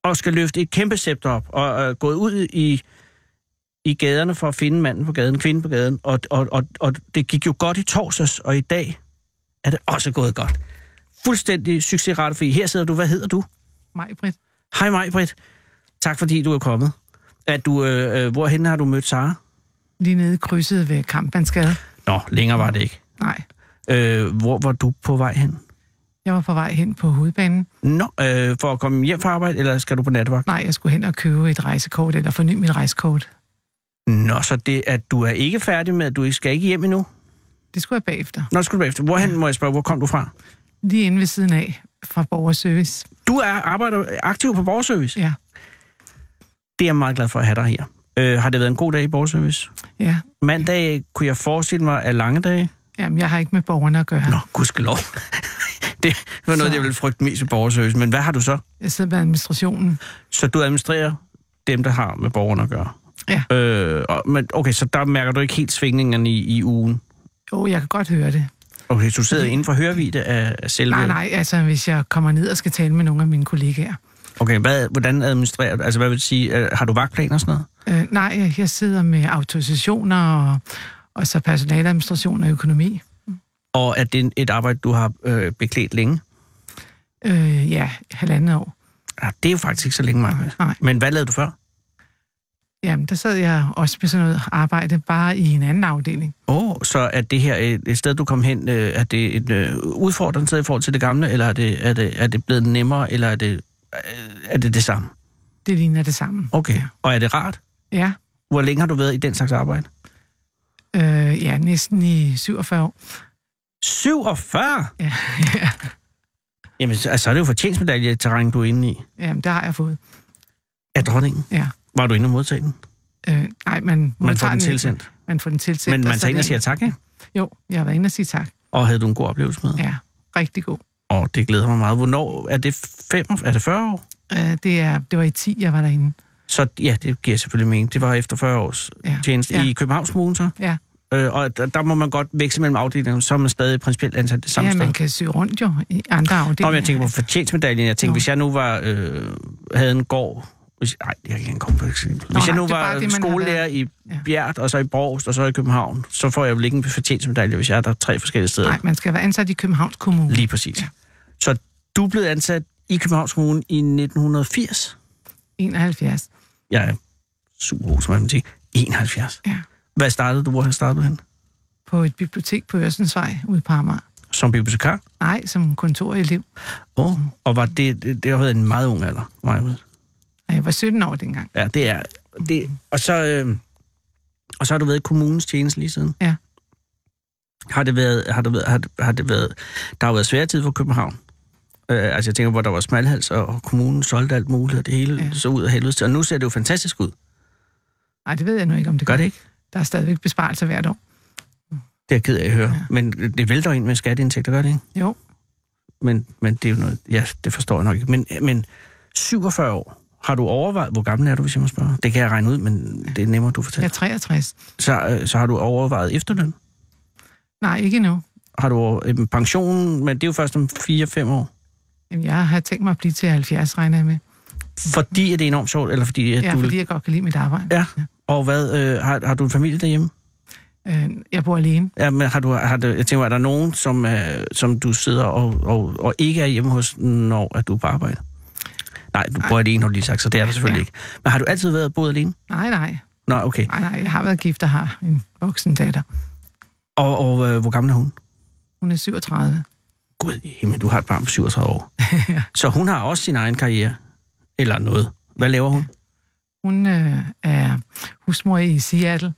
Speaker 4: og skal løfte et kæmpe scepter op, og er gået ud i, i gaderne for at finde manden på gaden, kvinden på gaden. Og, og, og, og det gik jo godt i torsdags, og i dag er det også gået godt. Fuldstændig succesrate, fordi her sidder du. Hvad hedder du?
Speaker 6: Mig, Britt.
Speaker 4: Hej mig, Britt. Tak fordi du er kommet. At du, øh, øh, hvorhen har du mødt Sara?
Speaker 6: Lige nede i krydset ved Kampmandsgade.
Speaker 4: Nå, længere var det ikke.
Speaker 6: Nej,
Speaker 4: Øh, hvor var du på vej hen?
Speaker 6: jeg var på vej hen på hovedbanen.
Speaker 4: Nå, øh, for at komme hjem fra arbejde, eller skal du på natvagt?
Speaker 6: Nej, jeg skulle hen og købe et rejsekort, eller forny mit rejsekort.
Speaker 4: Nå, så det, at du er ikke færdig med, at du ikke skal ikke hjem endnu?
Speaker 6: Det skulle jeg bagefter.
Speaker 4: Nå, skal du bagefter. Hvorhen må jeg spørge, hvor kom du fra?
Speaker 6: Lige inde ved siden af fra borgerservice.
Speaker 4: Du er arbejder aktiv på borgerservice.
Speaker 6: Ja,
Speaker 4: Det er jeg meget glad for at have dig her. Øh, har det været en god dag i borgerservice?
Speaker 6: ja.
Speaker 4: Mandag kunne jeg forestille mig er lange dage.
Speaker 6: Jamen, jeg har ikke med borgerne at gøre.
Speaker 4: Nå, gudskelov. det var noget,
Speaker 6: Så-
Speaker 4: jeg ville frygte mest i borgerservice. Men hvad har du så?
Speaker 6: Jeg sidder med administrationen.
Speaker 4: Så du administrerer dem, der har med borgerne at gøre?
Speaker 6: Ja.
Speaker 4: Øh, og, men, okay, så der mærker du ikke helt svingningerne i, i ugen?
Speaker 6: Jo, jeg kan godt høre det.
Speaker 4: Okay, så du sidder inden for hørevidde af, af selve...
Speaker 6: Nej, nej, altså hvis jeg kommer ned og skal tale med nogle af mine kollegaer.
Speaker 4: Okay, hvad, hvordan administrerer du? Altså, hvad vil det sige? øh, Har du vagtplaner og sådan noget?
Speaker 6: Øh, nej, jeg sidder med autorisationer og, og så personaleadministration og økonomi.
Speaker 4: Og er det et arbejde, du har øh, beklædt længe?
Speaker 6: Øh, ja, halvandet år.
Speaker 4: Ja, det er jo faktisk ikke så længe, Marcus.
Speaker 6: Nej.
Speaker 4: Men hvad lavede du før?
Speaker 6: Jamen, der sad jeg også med sådan noget arbejde, bare i en anden afdeling.
Speaker 4: Åh, oh, så er det her et, et sted, du kom hen, øh, er det et øh, udfordrende sted i forhold til det gamle, eller er det, er det, er det blevet nemmere, eller er det, øh, er det det samme?
Speaker 6: Det ligner det samme.
Speaker 4: Okay, og er det rart?
Speaker 6: Ja,
Speaker 4: Hvor længe har du været i den slags arbejde?
Speaker 6: øh, ja næsten i 47 år.
Speaker 4: 47!
Speaker 6: Ja, ja.
Speaker 4: Jamen, så altså, er det jo fortjensmedaljeterræn, du er inde i.
Speaker 6: Jamen, det har jeg fået.
Speaker 4: Er dronningen?
Speaker 6: Ja.
Speaker 4: Var du inde og modtage den?
Speaker 6: Øh, nej, man,
Speaker 4: Man får
Speaker 6: tager
Speaker 4: den
Speaker 6: ikke.
Speaker 4: tilsendt.
Speaker 6: Man får den tilsendt.
Speaker 4: Men man
Speaker 6: og så
Speaker 4: tager ind og
Speaker 6: det-
Speaker 4: siger tak, ikke?
Speaker 6: Jo, jeg har været inde og sige tak.
Speaker 4: Og havde du en god oplevelse med?
Speaker 6: Ja, rigtig god.
Speaker 4: Åh, det glæder mig meget. Hvornår er det, fem, er det 40 år?
Speaker 6: Øh, det, er, det var i 10, jeg var derinde.
Speaker 4: Så ja, det giver selvfølgelig mening. Det var efter 40 års
Speaker 6: Ja.
Speaker 4: tjeneste
Speaker 6: Ja.
Speaker 4: i Københavns Kommune, så?
Speaker 6: Ja.
Speaker 4: Øh, og der, der må man godt veksle mellem afdelingerne, så er man stadig principielt ansat det samme
Speaker 6: ja,
Speaker 4: sted.
Speaker 6: man kan søge rundt jo i andre
Speaker 4: Nå,
Speaker 6: afdelinger.
Speaker 4: men jeg tænker på fortjensmedaljen. Jeg tænker,
Speaker 6: Nå.
Speaker 4: hvis jeg nu var, øh, havde en gård... Hvis, nej, jeg kan ikke komme på et eksempel. Hvis
Speaker 6: nej,
Speaker 4: jeg nu
Speaker 6: det er
Speaker 4: var
Speaker 6: bare det, man har
Speaker 4: skolelærer i
Speaker 6: Ja.
Speaker 4: Bjert, og så i Borgst, og så i København, så får jeg vel ikke en fortjensmedalje, hvis jeg er der tre forskellige steder.
Speaker 6: Nej, man skal være ansat i Københavns Kommune.
Speaker 4: Lige præcis. Ja. Så du blev ansat i Københavns Kommune i 1980.
Speaker 6: 71.
Speaker 4: Jeg er super god til matematik. 71.
Speaker 6: Ja.
Speaker 4: Hvad startede du? Hvor startede du hen?
Speaker 6: På et bibliotek på Øresensvej ude på Amager.
Speaker 4: Som bibliotekar?
Speaker 6: Nej, som kontorelev.
Speaker 4: Oh. Og var det, det, det har været en meget ung alder, mig ud.
Speaker 6: Og jeg var 17 år dengang.
Speaker 4: Ja, det er... Det, og, så, øh, og så har du været i kommunens tjeneste lige siden?
Speaker 6: Ja.
Speaker 4: Har det været... Har det været, har det, har det været der har jo været svære tid for København. Øh, altså jeg tænker, hvor der var smalhals, og, og kommunen solgte alt muligt, og det hele ja.
Speaker 6: Ja.
Speaker 4: så ud af helvede. til. Og nu ser det jo fantastisk ud.
Speaker 6: Nej, det ved jeg nu ikke, om det
Speaker 4: Gør det ikke?
Speaker 6: Der er stadigvæk besparelser hvert år.
Speaker 4: Det er jeg ked af at høre. Ja.
Speaker 6: Ja.
Speaker 4: Men det vælter ind med skatteindtægter, gør det ikke?
Speaker 6: Jo,
Speaker 4: Men, men det er jo noget, ja, det forstår jeg nok ikke. Men, men 47 år, har du overvejet, hvor gammel er du, hvis jeg må spørge? Det kan jeg regne ud, men det er nemmere, du
Speaker 6: jeg
Speaker 4: fortæller.
Speaker 6: er 63.
Speaker 4: Så, øh, så har du overvejet efterløn?
Speaker 6: Nej, ikke endnu.
Speaker 4: Har du over- øh, pensionen, men det er jo først om 4-5 år.
Speaker 6: Jamen, jeg har tænkt mig at blive til 70, regner jeg med.
Speaker 4: Fordi at det er enormt sjovt, eller fordi at
Speaker 6: Ja,
Speaker 4: du...
Speaker 6: fordi jeg godt kan lide mit arbejde.
Speaker 4: Ja. Og hvad, øh, har, har du en familie derhjemme?
Speaker 6: Øh, jeg bor alene.
Speaker 4: Ja, men har du, har du, jeg tænker, mig, er der nogen, som, øh, som du sidder og, og, og ikke er hjemme hos, når at du er på arbejde? Nej, du bor alene, har du lige sagt, så det er der selvfølgelig ja.
Speaker 6: Ja.
Speaker 4: ikke. Men har du altid været boet alene?
Speaker 6: Nej, nej.
Speaker 4: Nå, okay.
Speaker 6: Nej, nej. Jeg har været gift og har en voksen datter.
Speaker 4: Og, og øh, hvor gammel er hun?
Speaker 6: Hun er 37.
Speaker 4: Gud i himmel, du har et barn på 37 år. så hun har også sin egen karriere. Eller noget. Hvad laver hun?
Speaker 6: Hun øh, er husmor i Seattle.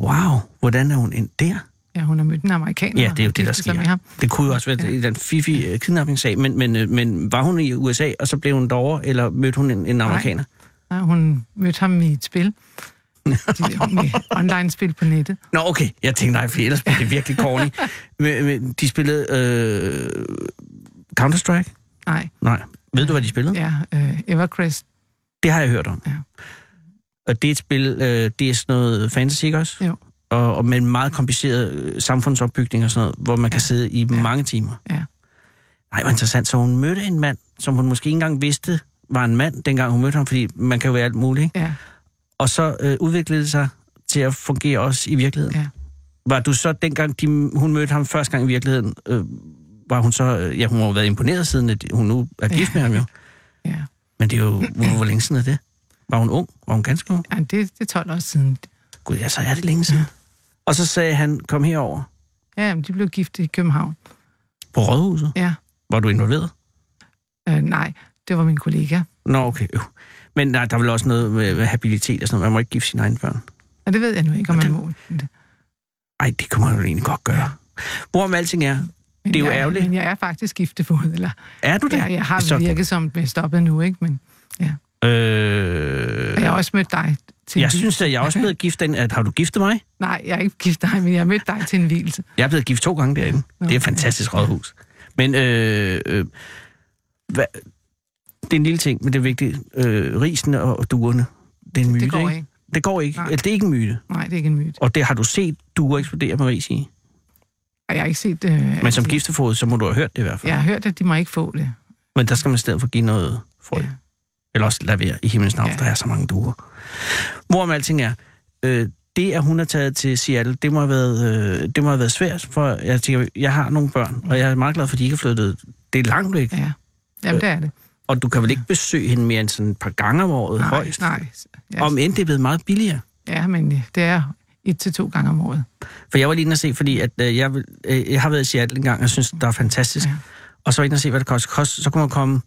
Speaker 4: Wow, hvordan er hun ind der?
Speaker 6: Ja, hun har mødt en amerikaner.
Speaker 4: Ja, det er jo
Speaker 6: og
Speaker 4: det, der
Speaker 6: giftet sig
Speaker 4: sker.
Speaker 6: Med ham.
Speaker 4: Det kunne jo også være ja. den fifi øh, kidnappingssag, men, men, øh, men var hun i USA, og så blev hun derovre, eller mødte hun en, en amerikaner?
Speaker 6: Nej, hun mødte ham i et spil. De- et online-spil på nettet.
Speaker 4: Nå, okay. Jeg tænkte, nej, for ellers blev det virkelig corny. men, men de spillede øh, Counter-Strike?
Speaker 6: Nej,
Speaker 4: Nej. Ved du, hvad de spillede? Ja.
Speaker 6: ja, øh, Evercrest.
Speaker 4: Det har jeg hørt om.
Speaker 6: Ja.
Speaker 4: Og det er et spil, øh, det er sådan noget fantasy, ikke også?
Speaker 6: Jo.
Speaker 4: Og, og med en meget kompliceret øh, samfundsopbygning og sådan noget, hvor man kan sidde i ja. mange timer.
Speaker 6: Ja.
Speaker 4: Nej, hvor interessant. Så hun mødte en mand, som hun måske ikke engang vidste var en mand, dengang hun mødte ham, fordi man kan jo være alt muligt. Ikke?
Speaker 6: Ja,
Speaker 4: Og så øh, udviklede det sig til at fungere også i virkeligheden.
Speaker 6: ja.
Speaker 4: Var du så, dengang de, hun mødte ham første gang i virkeligheden, øh, var hun så, øh, ja, hun har jo været imponeret siden, at hun nu er gift med ham jo.
Speaker 6: Ja.
Speaker 4: Men det er jo, hvor, hvor længe siden er det? Var hun ung? Var hun ganske ung?
Speaker 6: ja det, det er 12 år siden.
Speaker 4: Gud, ja, så er det længe siden. Ja. Og så sagde han, kom herover
Speaker 6: Ja, men de blev gift i København.
Speaker 4: på rådhuset.
Speaker 6: Ja,
Speaker 4: Var du involveret?
Speaker 6: øh, nej, det var min kollega.
Speaker 4: Nå, okay. Øh. Men nej, der er vel også noget med med habilitet og sådan noget. Man må ikke gifte sine egne børn.
Speaker 6: Og det ved jeg nu ikke, om man må.
Speaker 4: Ej, det kunne man jo egentlig godt gøre. Hvorom alting er,
Speaker 6: Men
Speaker 4: Det er jo
Speaker 6: jeg,
Speaker 4: ærgerligt.
Speaker 6: Men jeg er faktisk giftefod, eller
Speaker 4: er du det?
Speaker 6: jeg, jeg har
Speaker 4: så,
Speaker 6: virket som men stoppet nu, ikke? Men
Speaker 4: Øh,
Speaker 6: jeg har også mødt dig til en
Speaker 4: jeg
Speaker 6: vi-
Speaker 4: synes, at jeg er også blevet gift den, at har du giftet mig?
Speaker 6: Nej, jeg er ikke gift dig, men jeg har mødt dig til en hvilelse.
Speaker 4: Jeg er blevet gift to gange derinde.
Speaker 6: Nå.
Speaker 4: Det er et fantastisk rådhus. Men øh, øh, hvad, det er en lille ting, men det er vigtigt. Øh, risen og duerne, det er en myte,
Speaker 6: det går
Speaker 4: ikke?
Speaker 6: ikke.
Speaker 4: Det går ikke.
Speaker 6: Nej.
Speaker 4: Eller, Det er ikke en myte.
Speaker 6: Nej, det er ikke en myte.
Speaker 4: Og det har du set duer eksplodere med ris i.
Speaker 6: Og jeg har ikke set... Øh,
Speaker 4: Men som
Speaker 6: at-
Speaker 4: giftefod, så må du have hørt det i hvert fald.
Speaker 6: Jeg har hørt, at de må ikke få det.
Speaker 4: Men der skal man i stedet for give noget frø. Ja.
Speaker 6: Ja.
Speaker 4: Eller også lade være i himlens navn, ja.
Speaker 6: Ja.
Speaker 4: der er så mange duer. Hvorom alting er, øh, det at hun er taget til Seattle, det må have været, øh, det må have været svært, for jeg, tænker, jeg har nogle børn, og jeg er meget glad for, at de ikke er flyttet. Det er langt væk,
Speaker 6: Ja, Jamen, det er det.
Speaker 4: og du kan vel ikke besøge hende mere end sådan et par gange om året
Speaker 6: Nej,
Speaker 4: højst?
Speaker 6: nej. Ja,
Speaker 4: Om end det er blevet meget billigere.
Speaker 6: ja, men øh, det er et til to gange om året.
Speaker 4: For jeg var lige inde og se, fordi at, øh, jeg, vil- øh, jeg har været i Seattle en gang, og jeg synes, der er fantastisk. Ja.
Speaker 6: Ja.
Speaker 4: Og så var jeg inde og se, hvad det koster. Kost, så kunne man komme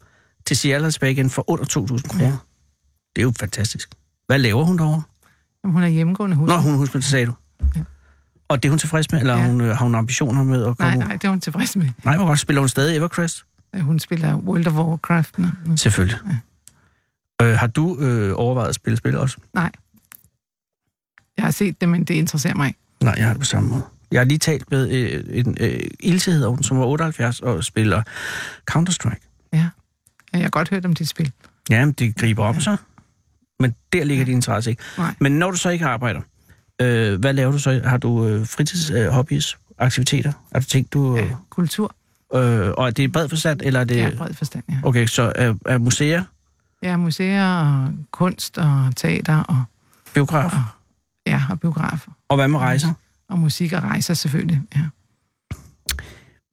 Speaker 4: til Seattle og tilbage igen for under 2.000 kroner. Ja. Det er jo fantastisk. Hvad laver hun derovre?
Speaker 6: Jamen, hun er hjemmegående hus.
Speaker 4: Nå, hun husker det, sagde du. Ja.
Speaker 6: Ja.
Speaker 4: Og det er hun tilfreds med, eller ja.
Speaker 6: Ja.
Speaker 4: hun, øh, har hun ambitioner med at komme
Speaker 6: nej,
Speaker 4: ud?
Speaker 6: nej, det er hun tilfreds med.
Speaker 4: Nej, hvor godt. Spiller hun stadig Evercrest?
Speaker 6: Hun spiller World of Warcraft. Nå.
Speaker 4: Selvfølgelig. Ja. Øh, har du øh, overvejet at spille spil også?
Speaker 6: Nej. Jeg har set det, men det interesserer mig ikke.
Speaker 4: Nej, jeg har det på samme måde. Jeg har lige talt med øh, en øh, Ilse, hedder hun, som var 78 og spiller Counter-Strike.
Speaker 6: Jeg har godt hørt om dit spil.
Speaker 4: Jamen, det griber om sig. Men der ligger din interesse ikke.
Speaker 6: Nej.
Speaker 4: Men når du så ikke arbejder, øh, hvad laver du så? Har du øh, fritids, øh, hobbies, aktiviteter? Har du tænkt, du... Øh,
Speaker 6: Ja, kultur
Speaker 4: øh, og er det i bred forstand, eller er det...
Speaker 6: det er bred forstand, ja.
Speaker 4: Okay, så er, er museer,
Speaker 6: Ja, museer og kunst og teater og,
Speaker 4: biografer,
Speaker 6: ja, og biografer.
Speaker 4: og hvad med rejser?
Speaker 6: Og musik og rejser selvfølgelig, ja.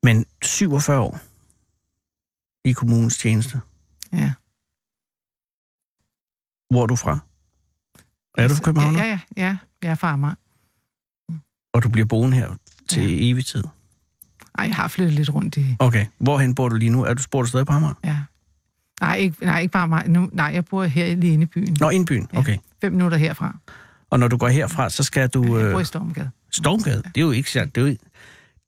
Speaker 4: Men 47 år i kommunens tjeneste.
Speaker 6: ja.
Speaker 4: Hvor er du fra? Er du fra København?
Speaker 6: Ja, ja, ja. Jeg er fra Amager.
Speaker 4: Og du bliver boende her til ja. evig tid?
Speaker 6: Ej, jeg har flyttet lidt rundt i...
Speaker 4: Okay. Hvorhen bor du lige nu? Er du, bor du stadig på Amager?
Speaker 6: Ja. Nej, ikke, nej, ikke bare mig. Nu, nej, jeg bor her lige inde i byen.
Speaker 4: Nå, indbyen.
Speaker 6: Ja.
Speaker 4: Okay.
Speaker 6: Fem minutter herfra.
Speaker 4: Og når du går herfra, så skal du...
Speaker 6: Jeg
Speaker 4: Øh,
Speaker 6: bor i Stormgade.
Speaker 4: Stormgade, det er jo ikke sandt. Det, er jo, det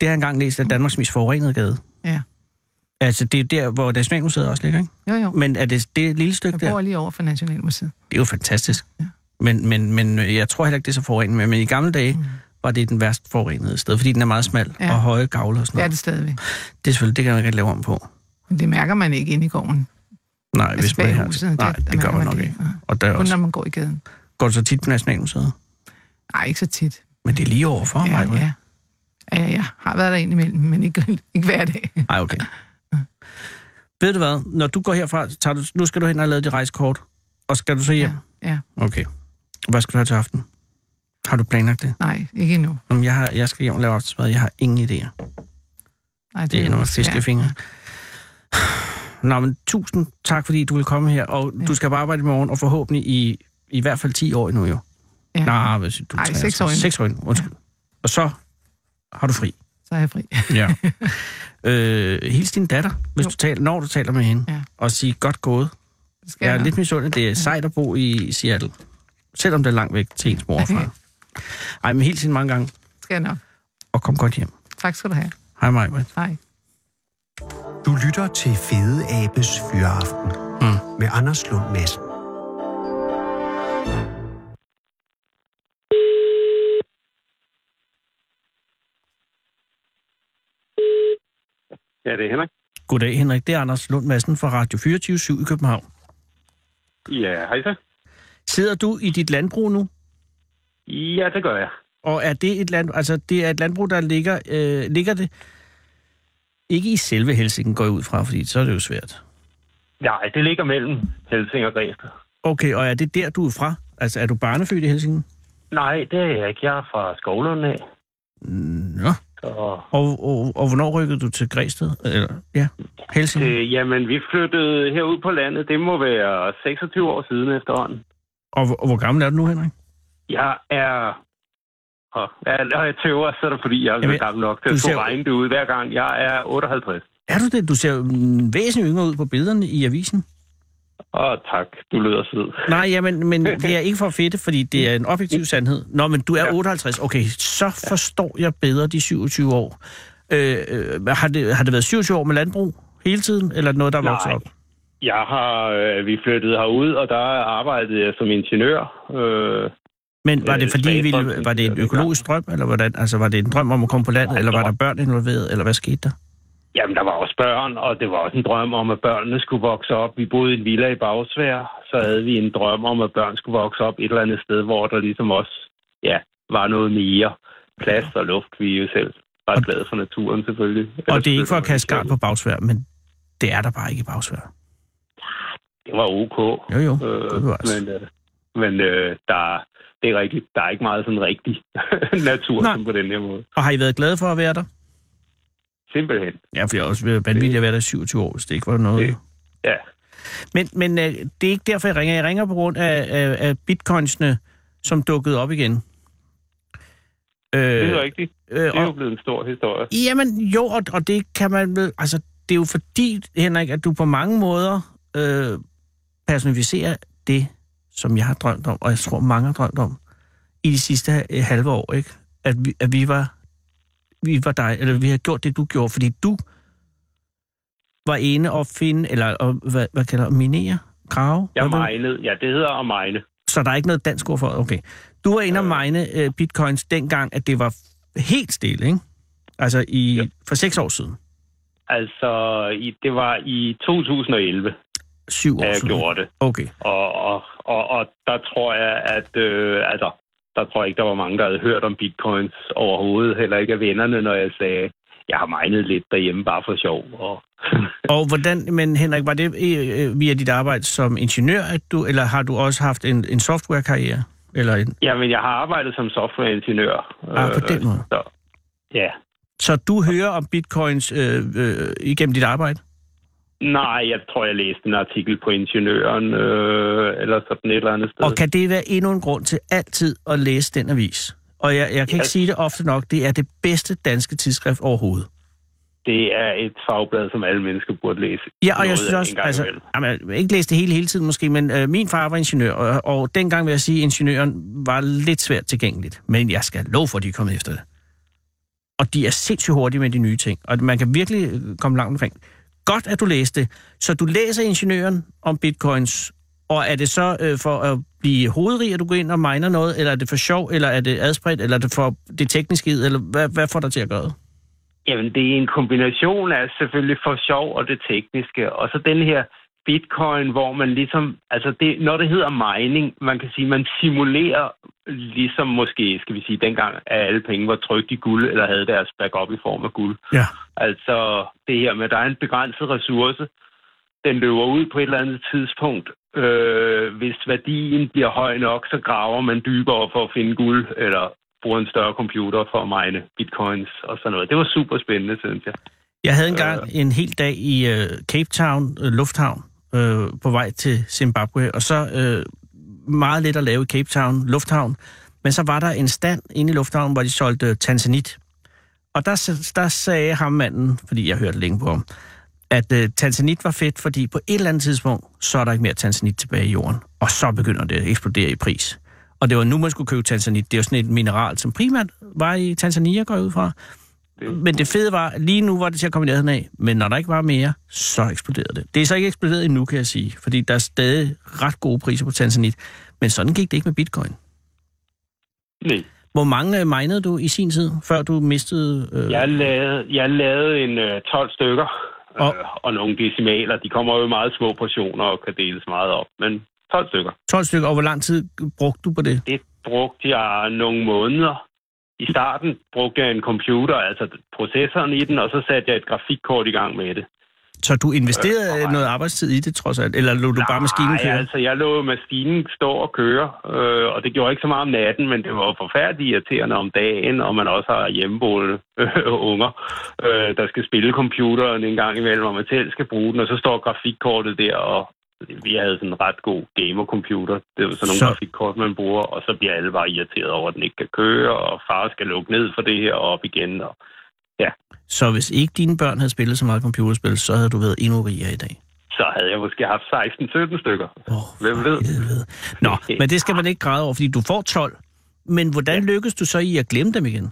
Speaker 4: har jeg engang læst, at Danmarks mest forurenede gade.
Speaker 6: Ja.
Speaker 4: Altså, det er jo der, hvor Nationalmuseet også ligger, ikke?
Speaker 6: Jo, jo.
Speaker 4: Men er det det lille stykke
Speaker 6: Jeg
Speaker 4: der?
Speaker 6: bor lige over for Nationalmuseet.
Speaker 4: Det er jo fantastisk.
Speaker 6: Ja.
Speaker 4: Men, men, men øh, jeg tror heller ikke, det er så forurenet. Men men i gamle dage mm. var det den værst forurenede sted, fordi den er meget smal ja.
Speaker 6: Ja.
Speaker 4: og høje gavle og sådan
Speaker 6: Det er
Speaker 4: noget.
Speaker 6: det stadigvæk.
Speaker 4: Det, det, er selvfølgelig, det kan man ikke lave om på.
Speaker 6: Men det mærker man ikke inde i gården.
Speaker 4: Nej,
Speaker 6: Altså
Speaker 4: hvis man er
Speaker 6: bag
Speaker 4: her.
Speaker 6: huset,
Speaker 4: Nej,
Speaker 6: der-
Speaker 4: det
Speaker 6: der
Speaker 4: gør
Speaker 6: mærker
Speaker 4: man
Speaker 6: man
Speaker 4: nok
Speaker 6: det.
Speaker 4: ikke.
Speaker 6: Nej.
Speaker 4: Og der er
Speaker 6: Kun når
Speaker 4: også,
Speaker 6: man går i gaden.
Speaker 4: går du så tit på Nationalmuseet?
Speaker 6: Nej, ikke så tit.
Speaker 4: Men det er lige overfor
Speaker 6: Ja,
Speaker 4: mig.
Speaker 6: ja. ja, jeg har været der indimellem, men ikke, ikke hver dag.
Speaker 4: Nej, okay. Ved du hvad? Når du går herfra, tager du, nu skal du hen og lave dit rejsekort. Og skal du så hjem?
Speaker 6: Ja.
Speaker 4: Okay. Hvad skal du have til aften? Har du planlagt det?
Speaker 6: Nej, ikke endnu.
Speaker 4: Jamen, jeg, har, jeg skal hjem og lave aftensmad. Jeg har ingen idéer.
Speaker 6: Nej,
Speaker 4: Det er
Speaker 6: jo
Speaker 4: nogle
Speaker 6: svært.
Speaker 4: fiskefingre. Nå, men tusind tak, fordi du vil komme her. Og
Speaker 6: Ja.
Speaker 4: du skal bare arbejde i morgen, og forhåbentlig i, i hvert fald 10 år endnu jo.
Speaker 6: Ja,
Speaker 4: Nej, hvis du
Speaker 6: Ej,
Speaker 4: tager-
Speaker 6: seks år endnu.
Speaker 4: Seks år endnu, undskyld. Og så har du fri.
Speaker 6: så er jeg fri.
Speaker 4: Ja. øh, hils din datter, hvis
Speaker 6: Jo.
Speaker 4: du taler, når du taler med hende.
Speaker 6: Ja.
Speaker 4: Og sig godt gået.
Speaker 6: Det skal
Speaker 4: Jeg er
Speaker 6: nok.
Speaker 4: lidt misundelig. Det er sejt at bo i Seattle. Selvom det er langt væk til ens mor
Speaker 6: Okay.
Speaker 4: fra. Ej, men hils hende mange gange.
Speaker 6: Det skal jeg nok.
Speaker 4: Og kom godt hjem.
Speaker 6: Tak skal du have.
Speaker 4: Hej, Maja.
Speaker 6: Hej.
Speaker 5: Du lytter til Fede Abes Fyraften
Speaker 4: Mm.
Speaker 5: med Anders Lund Madsen.
Speaker 7: Ja, det er Henrik.
Speaker 4: Goddag, Henrik. Det er Anders Lund Madsen fra Radio 24 i København.
Speaker 7: Ja, hej så.
Speaker 4: Sidder du i dit landbrug nu?
Speaker 7: Ja, det gør jeg.
Speaker 4: Og er det et land, altså det er et landbrug, der ligger, øh, ligger det ikke i selve Helsingen, går jeg ud fra, fordi så er det jo svært.
Speaker 7: Nej, det ligger mellem Helsing og Græsted.
Speaker 4: Okay, og er det der, du er fra? Altså er du barnefødt i Helsingen?
Speaker 7: Nej, det er jeg ikke. Jeg er fra Skovlund af.
Speaker 4: Nå.
Speaker 7: Og
Speaker 4: Og, og, og hvornår rykkede du til Græsted? Eller, ja, Helsingen.
Speaker 7: det, Øh, jamen, vi flyttede herud på landet. Det må være 26 år siden efterhånden.
Speaker 4: Og, hvor- og hvor gammel er du nu, Henrik?
Speaker 7: Jeg er... Og ja, når jeg tøver, så er det fordi, jeg er
Speaker 4: Jamen,
Speaker 7: jamen, gammel nok til
Speaker 4: du
Speaker 7: at skulle
Speaker 4: ser-
Speaker 7: regne det ud hver gang. Jeg er 58.
Speaker 4: Er du det? Du ser jo mm, væsentligt yngre ud på billederne i avisen.
Speaker 7: Åh, tak. Du lyder sød.
Speaker 4: Nej, ja, men, men det er ikke for fedt, fordi det er en objektiv sandhed. Nå, men du er
Speaker 7: Ja.
Speaker 4: 58. Okay, så forstår jeg bedre de 27 år. Øh, øh, har, det, har det været 27 år med landbrug hele tiden, eller er det noget, der er vokset
Speaker 7: Nej.
Speaker 4: op?
Speaker 7: Jeg har... Øh, vi flyttede herud, og der arbejdede jeg som ingeniør. Øh,
Speaker 4: Men var
Speaker 7: Øh,
Speaker 4: det fordi, I ville,
Speaker 7: statsbanken,
Speaker 4: var det en
Speaker 7: det er
Speaker 4: økologisk drøm, eller hvordan? Altså, var det en drøm om at komme på landet,
Speaker 7: Nej,
Speaker 4: eller var
Speaker 7: drøm.
Speaker 4: der børn involveret, eller hvad skete der?
Speaker 7: Jamen, der var også børn, og det var også en drøm om, at børnene skulle vokse op. Vi boede i en villa i Bagsvær, så havde vi en drøm om, at børn skulle vokse op et eller andet sted, hvor der ligesom også ja, var noget mere plads og luft. Vi er jo selv
Speaker 4: Og-
Speaker 7: ret glade for naturen, selvfølgelig.
Speaker 4: Og det er ikke for at
Speaker 7: Ellers
Speaker 4: kaste skarn på bagsvær, men det er der bare ikke i bagsvær.
Speaker 7: Det var ok.
Speaker 4: Jo, jo.
Speaker 7: Øh,
Speaker 4: Det var altså-
Speaker 7: men øh, men øh, der, det er rigtigt. Der er ikke meget sådan rigtig natur
Speaker 4: Nej.
Speaker 7: som på den her måde.
Speaker 4: Og har I været glade for at være der?
Speaker 7: Simpelthen.
Speaker 4: Ja, for jeg er også vanvittig at være der i 27 år, hvis det ikke var noget.
Speaker 7: Det- Ja.
Speaker 4: Men, men øh, det er ikke derfor, jeg ringer. Jeg ringer på grund af, af, af bitcoinsene, som dukkede op igen. Øh,
Speaker 7: Det er rigtigt.
Speaker 4: øh,
Speaker 7: Det er jo
Speaker 4: og,
Speaker 7: blevet en stor historie.
Speaker 4: jamen, jo, og, og det kan man vel... Altså, det er jo fordi, Henrik, at du på mange måder øh, personificerer det, som jeg har drømt om, og jeg tror, mange har drømt om, i de sidste øh, halve år, ikke? At vi, at vi var vi var dig, eller vi har gjort det, du gjorde, fordi du var ene at finde, eller og, hvad, hvad kalder det, minere, grave?
Speaker 7: Jeg
Speaker 4: Hvad var det?
Speaker 7: minede. Ja, det hedder at mine.
Speaker 4: Så der er ikke noget dansk ord for det. Okay. Du var inde og mine øh, bitcoins dengang, at det var helt stille, ikke? Altså i,
Speaker 7: Ja.
Speaker 4: for seks år siden.
Speaker 7: Altså, i, det var i 2011,
Speaker 4: Syv år
Speaker 7: da jeg
Speaker 4: siden.
Speaker 7: gjorde det.
Speaker 4: Okay.
Speaker 7: Og, og, og, og der tror jeg, at øh, altså, der tror jeg ikke, der var mange, der havde hørt om bitcoins overhovedet. Heller ikke af vennerne, når jeg sagde, jeg har minet lidt derhjemme bare for sjov. Og,
Speaker 4: Og hvordan, men Henrik, var det øh, øh, via dit arbejde som ingeniør, at du, eller har du også haft en, en softwarekarriere? Eller en,
Speaker 7: jamen, jeg har arbejdet som softwareingeniør. øh,
Speaker 4: Ah, på den måde.
Speaker 7: Så, ja.
Speaker 4: så du hører om bitcoins øh, øh, igennem dit arbejde?
Speaker 7: Nej, jeg tror, jeg læste en artikel på Ingeniøren, øh, eller sådan et eller andet sted.
Speaker 4: Og kan det være endnu en grund til altid at læse den avis? Og jeg, jeg kan ikke
Speaker 7: Ja.
Speaker 4: sige det ofte nok, det er det bedste danske tidsskrift overhovedet.
Speaker 7: Det er et fagblad, som alle mennesker burde læse.
Speaker 4: Ja, og jeg
Speaker 7: noget
Speaker 4: synes
Speaker 7: af
Speaker 4: også,
Speaker 7: en gang
Speaker 4: altså,
Speaker 7: imellem.
Speaker 4: jamen, jeg har ikke læst det hele hele tiden måske, men øh, min far var ingeniør, og, og dengang vil jeg sige, at ingeniøren var lidt svært tilgængeligt. Men jeg skal love for, at de er kommet efter det. Og de er sindssygt hurtige med de nye ting, og man kan virkelig øh, komme langt omkring. Godt, at du læste det. Så du læser ingeniøren om bitcoins, og er det så øh, for at blive hovedrig, at du går ind og miner noget, eller er det for sjov, eller er det adspredt, eller er det for det tekniske, i det, eller hvad, hvad får dig til at gøre det?
Speaker 7: Jamen, det er en kombination af selvfølgelig for sjov og det tekniske, og så den her bitcoin, hvor man ligesom, altså det, når det hedder mining, man kan sige, man simulerer ligesom måske, skal vi sige, dengang, at alle penge var trygt i guld, eller havde deres backup i form af guld.
Speaker 4: Ja.
Speaker 7: Altså det her med, at der er en begrænset ressource, den løber ud på et eller andet tidspunkt, Øh, hvis værdien bliver høj nok, så graver man dybere for at finde guld, eller bruger en større computer for at mine bitcoins og sådan noget. Det var super spændende, synes jeg.
Speaker 4: Jeg havde engang øh. en hel dag i øh, Cape Town øh, Lufthavn øh, på vej til Zimbabwe, og så øh, meget let at lave i Cape Town Lufthavn, men så var der en stand inde i lufthavnen, hvor de solgte øh, tanzanit. Og der, s- der sagde ham manden, fordi jeg hørte længe på ham, at øh, tanzanit var fedt, fordi på et eller andet tidspunkt, så er der ikke mere tanzanit tilbage i jorden, og så begynder det at eksplodere i pris. Og det var nu, man skulle købe tanzanit. Det er jo sådan et mineral, som primært var i Tanzania, går jeg ud fra. Men det fede var, lige nu var det til at komme i nærheden af, men når der ikke var mere, så eksploderede det. Det er så ikke eksploderet endnu, kan jeg sige, fordi der er stadig ret gode priser på Tanzanit. Men sådan gik det ikke med bitcoin.
Speaker 7: Nej.
Speaker 4: Hvor mange øh, minede du i sin tid, før du mistede... Øh,
Speaker 7: Jeg lavede, jeg lavede en øh, 12 stykker,
Speaker 4: Og-
Speaker 7: og... Øh, og nogle decimaler. De kommer jo i meget små portioner og kan deles meget op, men 12 stykker.
Speaker 4: 12 stykker, og hvor lang tid brugte du på det?
Speaker 7: Det brugte jeg nogle måneder. I starten brugte jeg en computer, altså processoren i den, og så satte jeg et grafikkort i gang med det.
Speaker 4: Så du investerede
Speaker 7: Øh,
Speaker 4: øh,
Speaker 7: nej.
Speaker 4: noget arbejdstid i det, trods alt? Eller lå du bare maskinen
Speaker 7: Nej,
Speaker 4: køre?
Speaker 7: altså jeg lå maskinen stå og køre, øh, og det gjorde ikke så meget om natten, men det var jo forfærdeligt irriterende om dagen, og man også har hjemmeboende øh, unger, øh, der skal spille computeren en gang imellem, og man selv skal bruge den, og så står grafikkortet der, og vi havde sådan en ret god gamercomputer. Det er jo sådan nogle
Speaker 4: Så-
Speaker 7: så... grafikkort, man bruger, og så bliver alle bare irriteret over, at den ikke kan køre, og far skal lukke ned for det her og op igen. Og...
Speaker 4: Så hvis ikke dine børn havde spillet så meget computerspil, så havde du været endnu rigere i dag.
Speaker 7: Så havde jeg måske haft 16-17 stykker.
Speaker 4: Oh,
Speaker 7: Hvem ved?
Speaker 4: Helvede. Nå,
Speaker 7: Okay.
Speaker 4: men det skal man ikke græde over, fordi du får 12. Men hvordan lykkes du så i at glemme dem igen?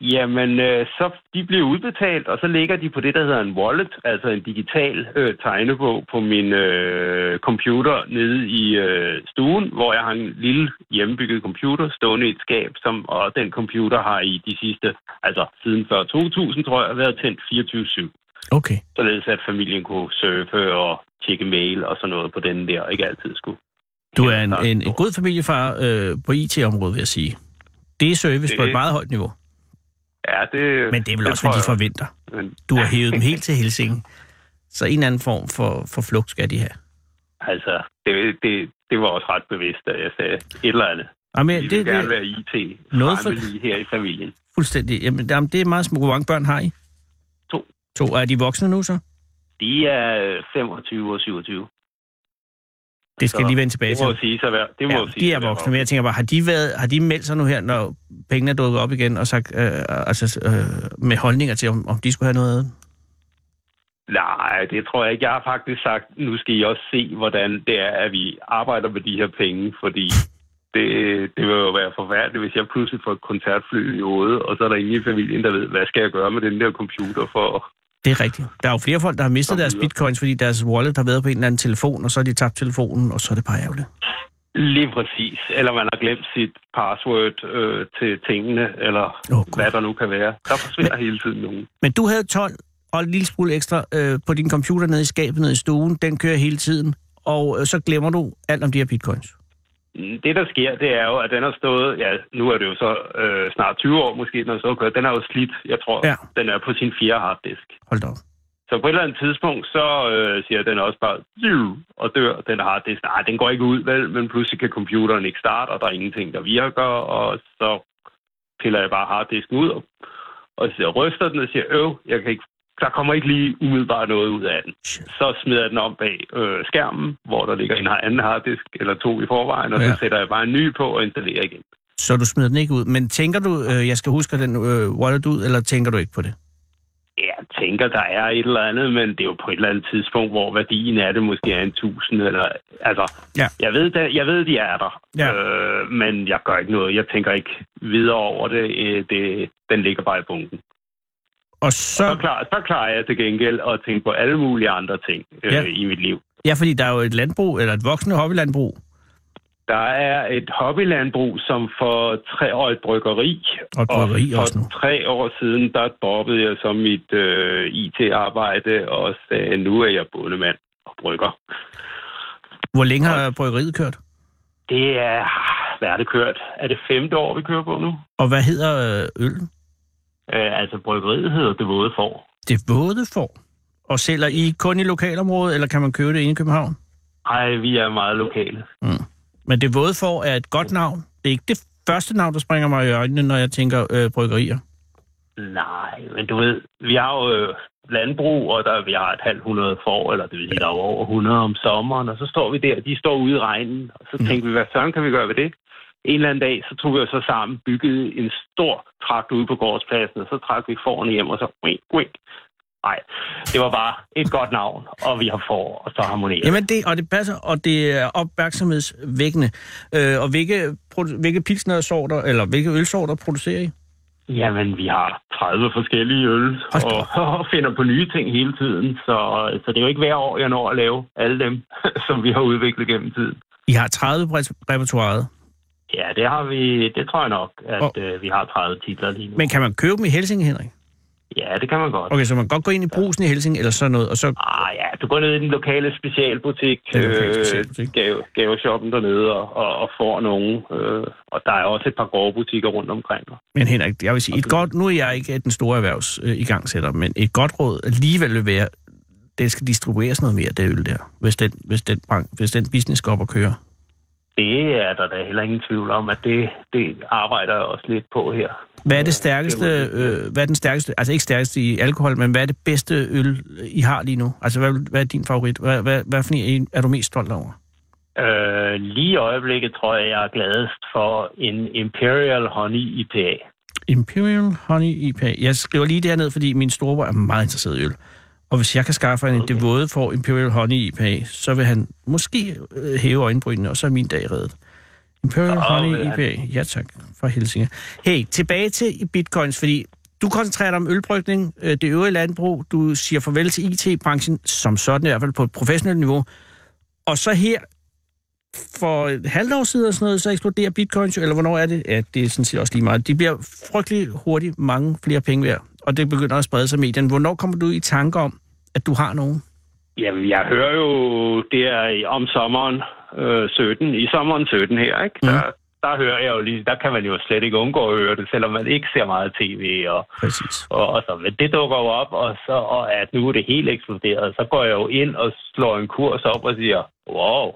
Speaker 7: Jamen, øh, så de bliver udbetalt, og så ligger de på det, der hedder en wallet, altså en digital øh, tegnebog på min øh, computer nede i øh, stuen, hvor jeg har en lille hjemmebygget computer stående i et skab, som, og den computer har i de sidste, altså siden før 2000, tror jeg, været tændt 24-7.
Speaker 4: Okay.
Speaker 7: Således at familien kunne surfe og tjekke mail og sådan noget på den der, og ikke altid skulle.
Speaker 4: Du er en,
Speaker 7: Ja,
Speaker 4: en, en god familiefar øh, på IT-området, vil jeg sige. Det er service på et
Speaker 7: Det-
Speaker 4: meget højt niveau.
Speaker 7: Ja, det...
Speaker 4: Men det er vel
Speaker 7: det
Speaker 4: også, hvad
Speaker 7: tror
Speaker 4: de
Speaker 7: jeg.
Speaker 4: forventer.
Speaker 7: Men-
Speaker 4: Du har hævet dem helt til Helsingen. Så en eller anden form for, for flugt skal de have.
Speaker 7: Altså, det, det, det var også ret bevidst, at jeg sagde et eller andet.
Speaker 4: Jamen,
Speaker 7: Vi
Speaker 4: det, det,
Speaker 7: vil gerne
Speaker 4: det,
Speaker 7: være IT
Speaker 4: Noget
Speaker 7: noget
Speaker 4: for-
Speaker 7: for... lige her i familien.
Speaker 4: fuldstændig. Jamen, jamen, det er meget små. Hvor mange børn har I?
Speaker 7: To.
Speaker 4: To. Er de voksne nu så?
Speaker 7: De er øh, 25 og 27.
Speaker 4: Det skal
Speaker 7: Så
Speaker 4: jeg lige vende tilbage
Speaker 7: Det
Speaker 4: til.
Speaker 7: må jo sige sig være. Det må
Speaker 4: Ja,
Speaker 7: jo sige
Speaker 4: de er
Speaker 7: sig være
Speaker 4: voksne, men jeg tænker bare, har de, været, har de meldt sig nu her, når pengene er dukket op igen, og sagt, øh, altså, øh, med holdninger til, om, om de skulle have noget af det?
Speaker 7: Nej, det tror jeg ikke. Jeg har faktisk sagt, nu skal I også se, hvordan det er, at vi arbejder med de her penge, fordi det, det vil jo være forfærdeligt, hvis jeg pludselig får et koncertfly i hovedet, og så er der ingen i familien, der ved, hvad skal jeg gøre med den der computer for at
Speaker 4: Det er rigtigt. Der er jo flere folk, der har mistet
Speaker 7: Som
Speaker 4: deres
Speaker 7: videre.
Speaker 4: bitcoins, fordi deres wallet har været på en eller anden telefon, og så har de tabt telefonen, og så er det bare ærgerligt.
Speaker 7: Lige præcis. Eller man har glemt sit password øh, til tingene, eller
Speaker 4: Åh,
Speaker 7: oh,
Speaker 4: Gud.
Speaker 7: hvad der nu kan være. Der forsvinder hele tiden nogen.
Speaker 4: Men du havde 12 og en lille smule ekstra øh, på din computer nede i skabet, nede i stuen. Den kører hele tiden, og øh, så glemmer du alt om de her bitcoins.
Speaker 7: Mm, Det, der sker, det er jo, at den har stået... Ja, nu er det jo så øh, snart 20 år måske, når så kørt. Den har jo slidt, jeg tror,
Speaker 4: Ja.
Speaker 7: ja. den er på sin fjerde harddisk.
Speaker 4: Hold da op.
Speaker 7: Så på et eller andet tidspunkt, så øh, siger den også bare... "Ziu", Og dør den harddisk. Nej, den går ikke ud, vel? Men pludselig kan computeren ikke starte, og der er ingenting, der virker. Og så piller jeg bare harddisken ud og, og så ryster den og siger, øv, jeg kan ikke, der kommer ikke lige umiddelbart noget ud af den.
Speaker 4: Shit.
Speaker 7: Så smider jeg den om bag øh, skærmen, hvor der ligger en anden harddisk eller to i forvejen, og ja.
Speaker 4: Ja.
Speaker 7: så sætter jeg bare en ny på og installerer igen.
Speaker 4: Så du smider den ikke ud. Men tænker du, øh, jeg skal huske den øh, wallet ud, eller tænker du ikke på det?
Speaker 7: Jeg tænker, der er et eller andet, men det er jo på et eller andet tidspunkt, hvor værdien af det måske er en tusind, eller, altså,
Speaker 4: Ja.
Speaker 7: jeg, ved, der, jeg ved, de er der,
Speaker 4: Ja.
Speaker 7: øh, men jeg gør ikke noget. Jeg tænker ikke videre over det. Øh, det den ligger bare i bunken.
Speaker 4: Og
Speaker 7: Så,
Speaker 4: så
Speaker 7: klar, så klarer jeg til gengæld at tænke på alle mulige andre ting øh,
Speaker 4: Ja.
Speaker 7: ja. i mit liv.
Speaker 4: Ja, fordi der er jo et landbrug, eller et voksende hobbylandbrug,
Speaker 7: Der er et hobbylandbrug, som for tre år et bryggeri.
Speaker 4: og et bryggeri
Speaker 7: og
Speaker 4: også nu.
Speaker 7: for tre år siden, der droppede jeg så mit øh, IT-arbejde og sagde, nu er jeg bondemand og brygger.
Speaker 4: Hvor længe har bryggeriet kørt?
Speaker 7: Det er, hvad er det kørt? Er det femte år, vi kører på nu?
Speaker 4: Og hvad hedder øh, øllen?
Speaker 7: Øh, altså, bryggeriet hedder Det Våde For.
Speaker 4: Det våde får. Og sælger I kun i lokalområdet, eller kan man købe det inde i København?
Speaker 7: Ej, vi er meget lokale.
Speaker 4: Men det våde for er et godt navn. Det er ikke det første navn, der springer mig i øjnene, når jeg tænker øh, bryggerier.
Speaker 7: Nej, men du ved, vi har jo øh, landbrug, og der, vi har et halvt hundrede får, eller det vil sige, der er jo over 100 om sommeren, og så står vi der, de står ude i regnen, og så tænkte vi, hvad søren kan vi gøre ved det? En eller anden dag, så tog vi os så sammen, byggede en stor trakt ude på gårdspladsen, og så trak vi fårene hjem, og så wink, wink. Nej, det var bare et godt navn, og vi har får, og så harmonerer. Jamen.
Speaker 4: Jamen det, og det passer, og det er opmærksomhedsvækkende. Øh, og hvilke, produ- hvilke pilsnersorter, eller hvilke ølsorter producerer I?
Speaker 7: Jamen, vi har 30 forskellige øl,
Speaker 4: Hold da
Speaker 7: og, og finder på nye ting hele tiden, så, så det er jo ikke hver år, jeg når at lave alle dem, som vi har udviklet gennem tiden.
Speaker 4: I har 30 på re- repertoireet.
Speaker 7: Ja, det har vi. Det tror jeg nok, at
Speaker 4: Og-
Speaker 7: og... øh, vi har 30 titler lige nu.
Speaker 4: Men kan man købe dem i Helsinge, Henrik?
Speaker 7: Ja, det kan man godt.
Speaker 4: Okay, så man kan godt gå ind i brusen i Helsinge, eller sådan noget, og så...
Speaker 7: Ah ja, du går ned i den lokale specialbutik,
Speaker 4: Den lokale specialbutik.
Speaker 7: Øh, gave, gaveshoppen dernede og, og, og får nogen. Øh, og der er også et par gårdbutikker rundt omkring.
Speaker 4: Men Henrik, jeg vil sige, et godt... Nu er jeg ikke den store erhvervs øh, igangsætter, men et godt råd alligevel vil være, det skal distribueres noget mere, det øl der, hvis den, hvis den, branch, hvis den business går op og kører.
Speaker 7: Det er der da heller ingen tvivl om, at det, det arbejder jeg også lidt på her.
Speaker 4: Hvad er det stærkeste, øh, hvad er den stærkeste, altså ikke stærkeste i alkohol, men hvad er det bedste øl, I har lige nu? Altså, hvad, hvad er din favorit? Hvad, hvad, hvad for en er- er du mest stolt over?
Speaker 7: Øh, lige i øjeblikket tror jeg, jeg er gladest for en Imperial Honey IPA.
Speaker 4: Imperial Honey IPA. Jeg skriver lige derned, fordi min storebror er meget interesseret i øl. Og hvis jeg kan skaffe en okay. det våde for Imperial Honey IPA, så vil han måske øh, hæve øjenbrynene, og så er min dag reddet. Imperial
Speaker 7: Åh,
Speaker 4: oh, Honey
Speaker 7: vil han.
Speaker 4: IPA. Ja tak, fra Helsinge. Hey, tilbage til i bitcoins, fordi du koncentrerer dig om ølbrygning, øh, det øvrige landbrug, du siger farvel til IT-branchen, som sådan i hvert fald på et professionelt niveau. Og så her for et halvt år siden og sådan noget, så eksploderer bitcoins jo, eller hvornår er det? Ja, det er sådan set også lige meget. De bliver frygtelig hurtigt mange flere penge værd, og det begynder at sprede sig i medierne. Hvornår kommer du i tanke om, at du har nogen?
Speaker 7: Jamen, jeg hører jo det er i- om sommeren øh, 17, i sommeren 17 her, ikke? Der, mm. der hører jeg jo lige, der kan man jo slet ikke undgå at høre det, selvom man ikke ser meget tv og,
Speaker 4: Præcis.
Speaker 7: og, og så. Men det dukker jo op, og så og at nu er det helt eksploderet, så går jeg jo ind og slår en kurs op og siger, wow,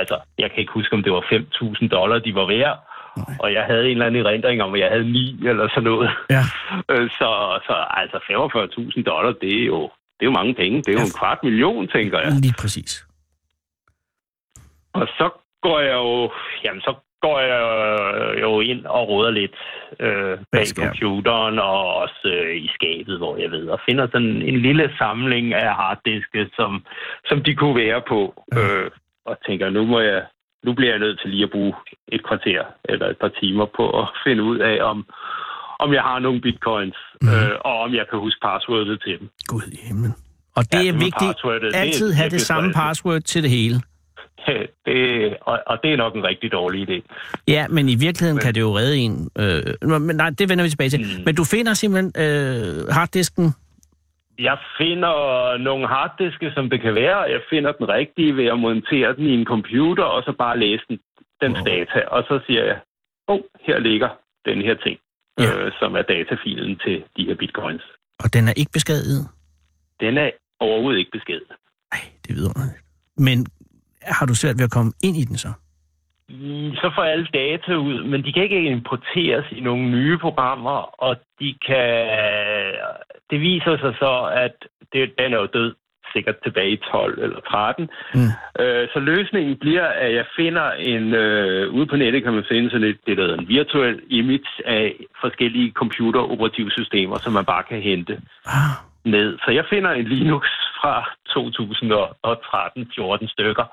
Speaker 7: altså, jeg kan ikke huske, om det var 5.000 dollar, de var værd,
Speaker 4: Nej.
Speaker 7: og jeg havde en eller anden erindring om, at jeg havde 9 eller sådan noget.
Speaker 4: Ja,
Speaker 7: Øh, Så, så altså 45.000 dollar, det er jo det er jo mange penge. Det er jo en kvart million, tænker jeg.
Speaker 4: lige præcis.
Speaker 7: Og så går jeg jo, jamen så går jeg øh, jo ind og råder lidt øh, bag
Speaker 4: skærmen.
Speaker 7: computeren og også øh, i skabet, hvor jeg ved, og finder sådan en lille samling af harddiske, som, som de kunne være på. Øh, og tænker, nu må jeg, nu bliver jeg nødt til lige at bruge et kvarter eller et par timer på at finde ud af, om, om jeg har nogle bitcoins, øh, og om jeg kan huske passwordet til dem.
Speaker 4: Gud i himlen. Og det
Speaker 7: Ja,
Speaker 4: er
Speaker 7: det med passwordet,
Speaker 4: vigtigt
Speaker 7: det er
Speaker 4: altid have det
Speaker 7: virkelig
Speaker 4: samme
Speaker 7: stressende.
Speaker 4: password til det hele.
Speaker 7: det, og, og det er nok en rigtig dårlig idé.
Speaker 4: Ja, men i virkeligheden kan det jo redde en. Øh, nå, men nej, det vender vi tilbage til.
Speaker 7: Mm.
Speaker 4: Men du finder simpelthen øh, harddisken.
Speaker 7: Jeg finder nogle harddiske, som det kan være, og jeg finder den rigtige ved at montere den i en computer, og så bare læse den, dens wow. data. Og så siger jeg, åh, oh, her ligger den her ting,
Speaker 4: Ja.
Speaker 7: ja. øh, som er datafilen til de her bitcoins.
Speaker 4: Og den er ikke beskadiget.
Speaker 7: Den er overhovedet ikke beskeden.
Speaker 4: Nej, det er vidunderligt. Men har du svært ved at komme ind i den så?
Speaker 7: Mm, Så får alle data ud, men de kan ikke importeres i nogle nye programmer, og de kan... Det viser sig så, at det, den er jo død sikkert tilbage i 12 eller 13.
Speaker 4: Mm.
Speaker 7: Mm. Øh, så løsningen bliver, at jeg finder en... Øh, ude på nettet kan man finde sådan et, det der hedder en virtuel image af forskellige computeroperativsystemer, som man bare kan hente
Speaker 4: Ah,
Speaker 7: ned. Så jeg finder en Linux fra 2013, 14 stykker.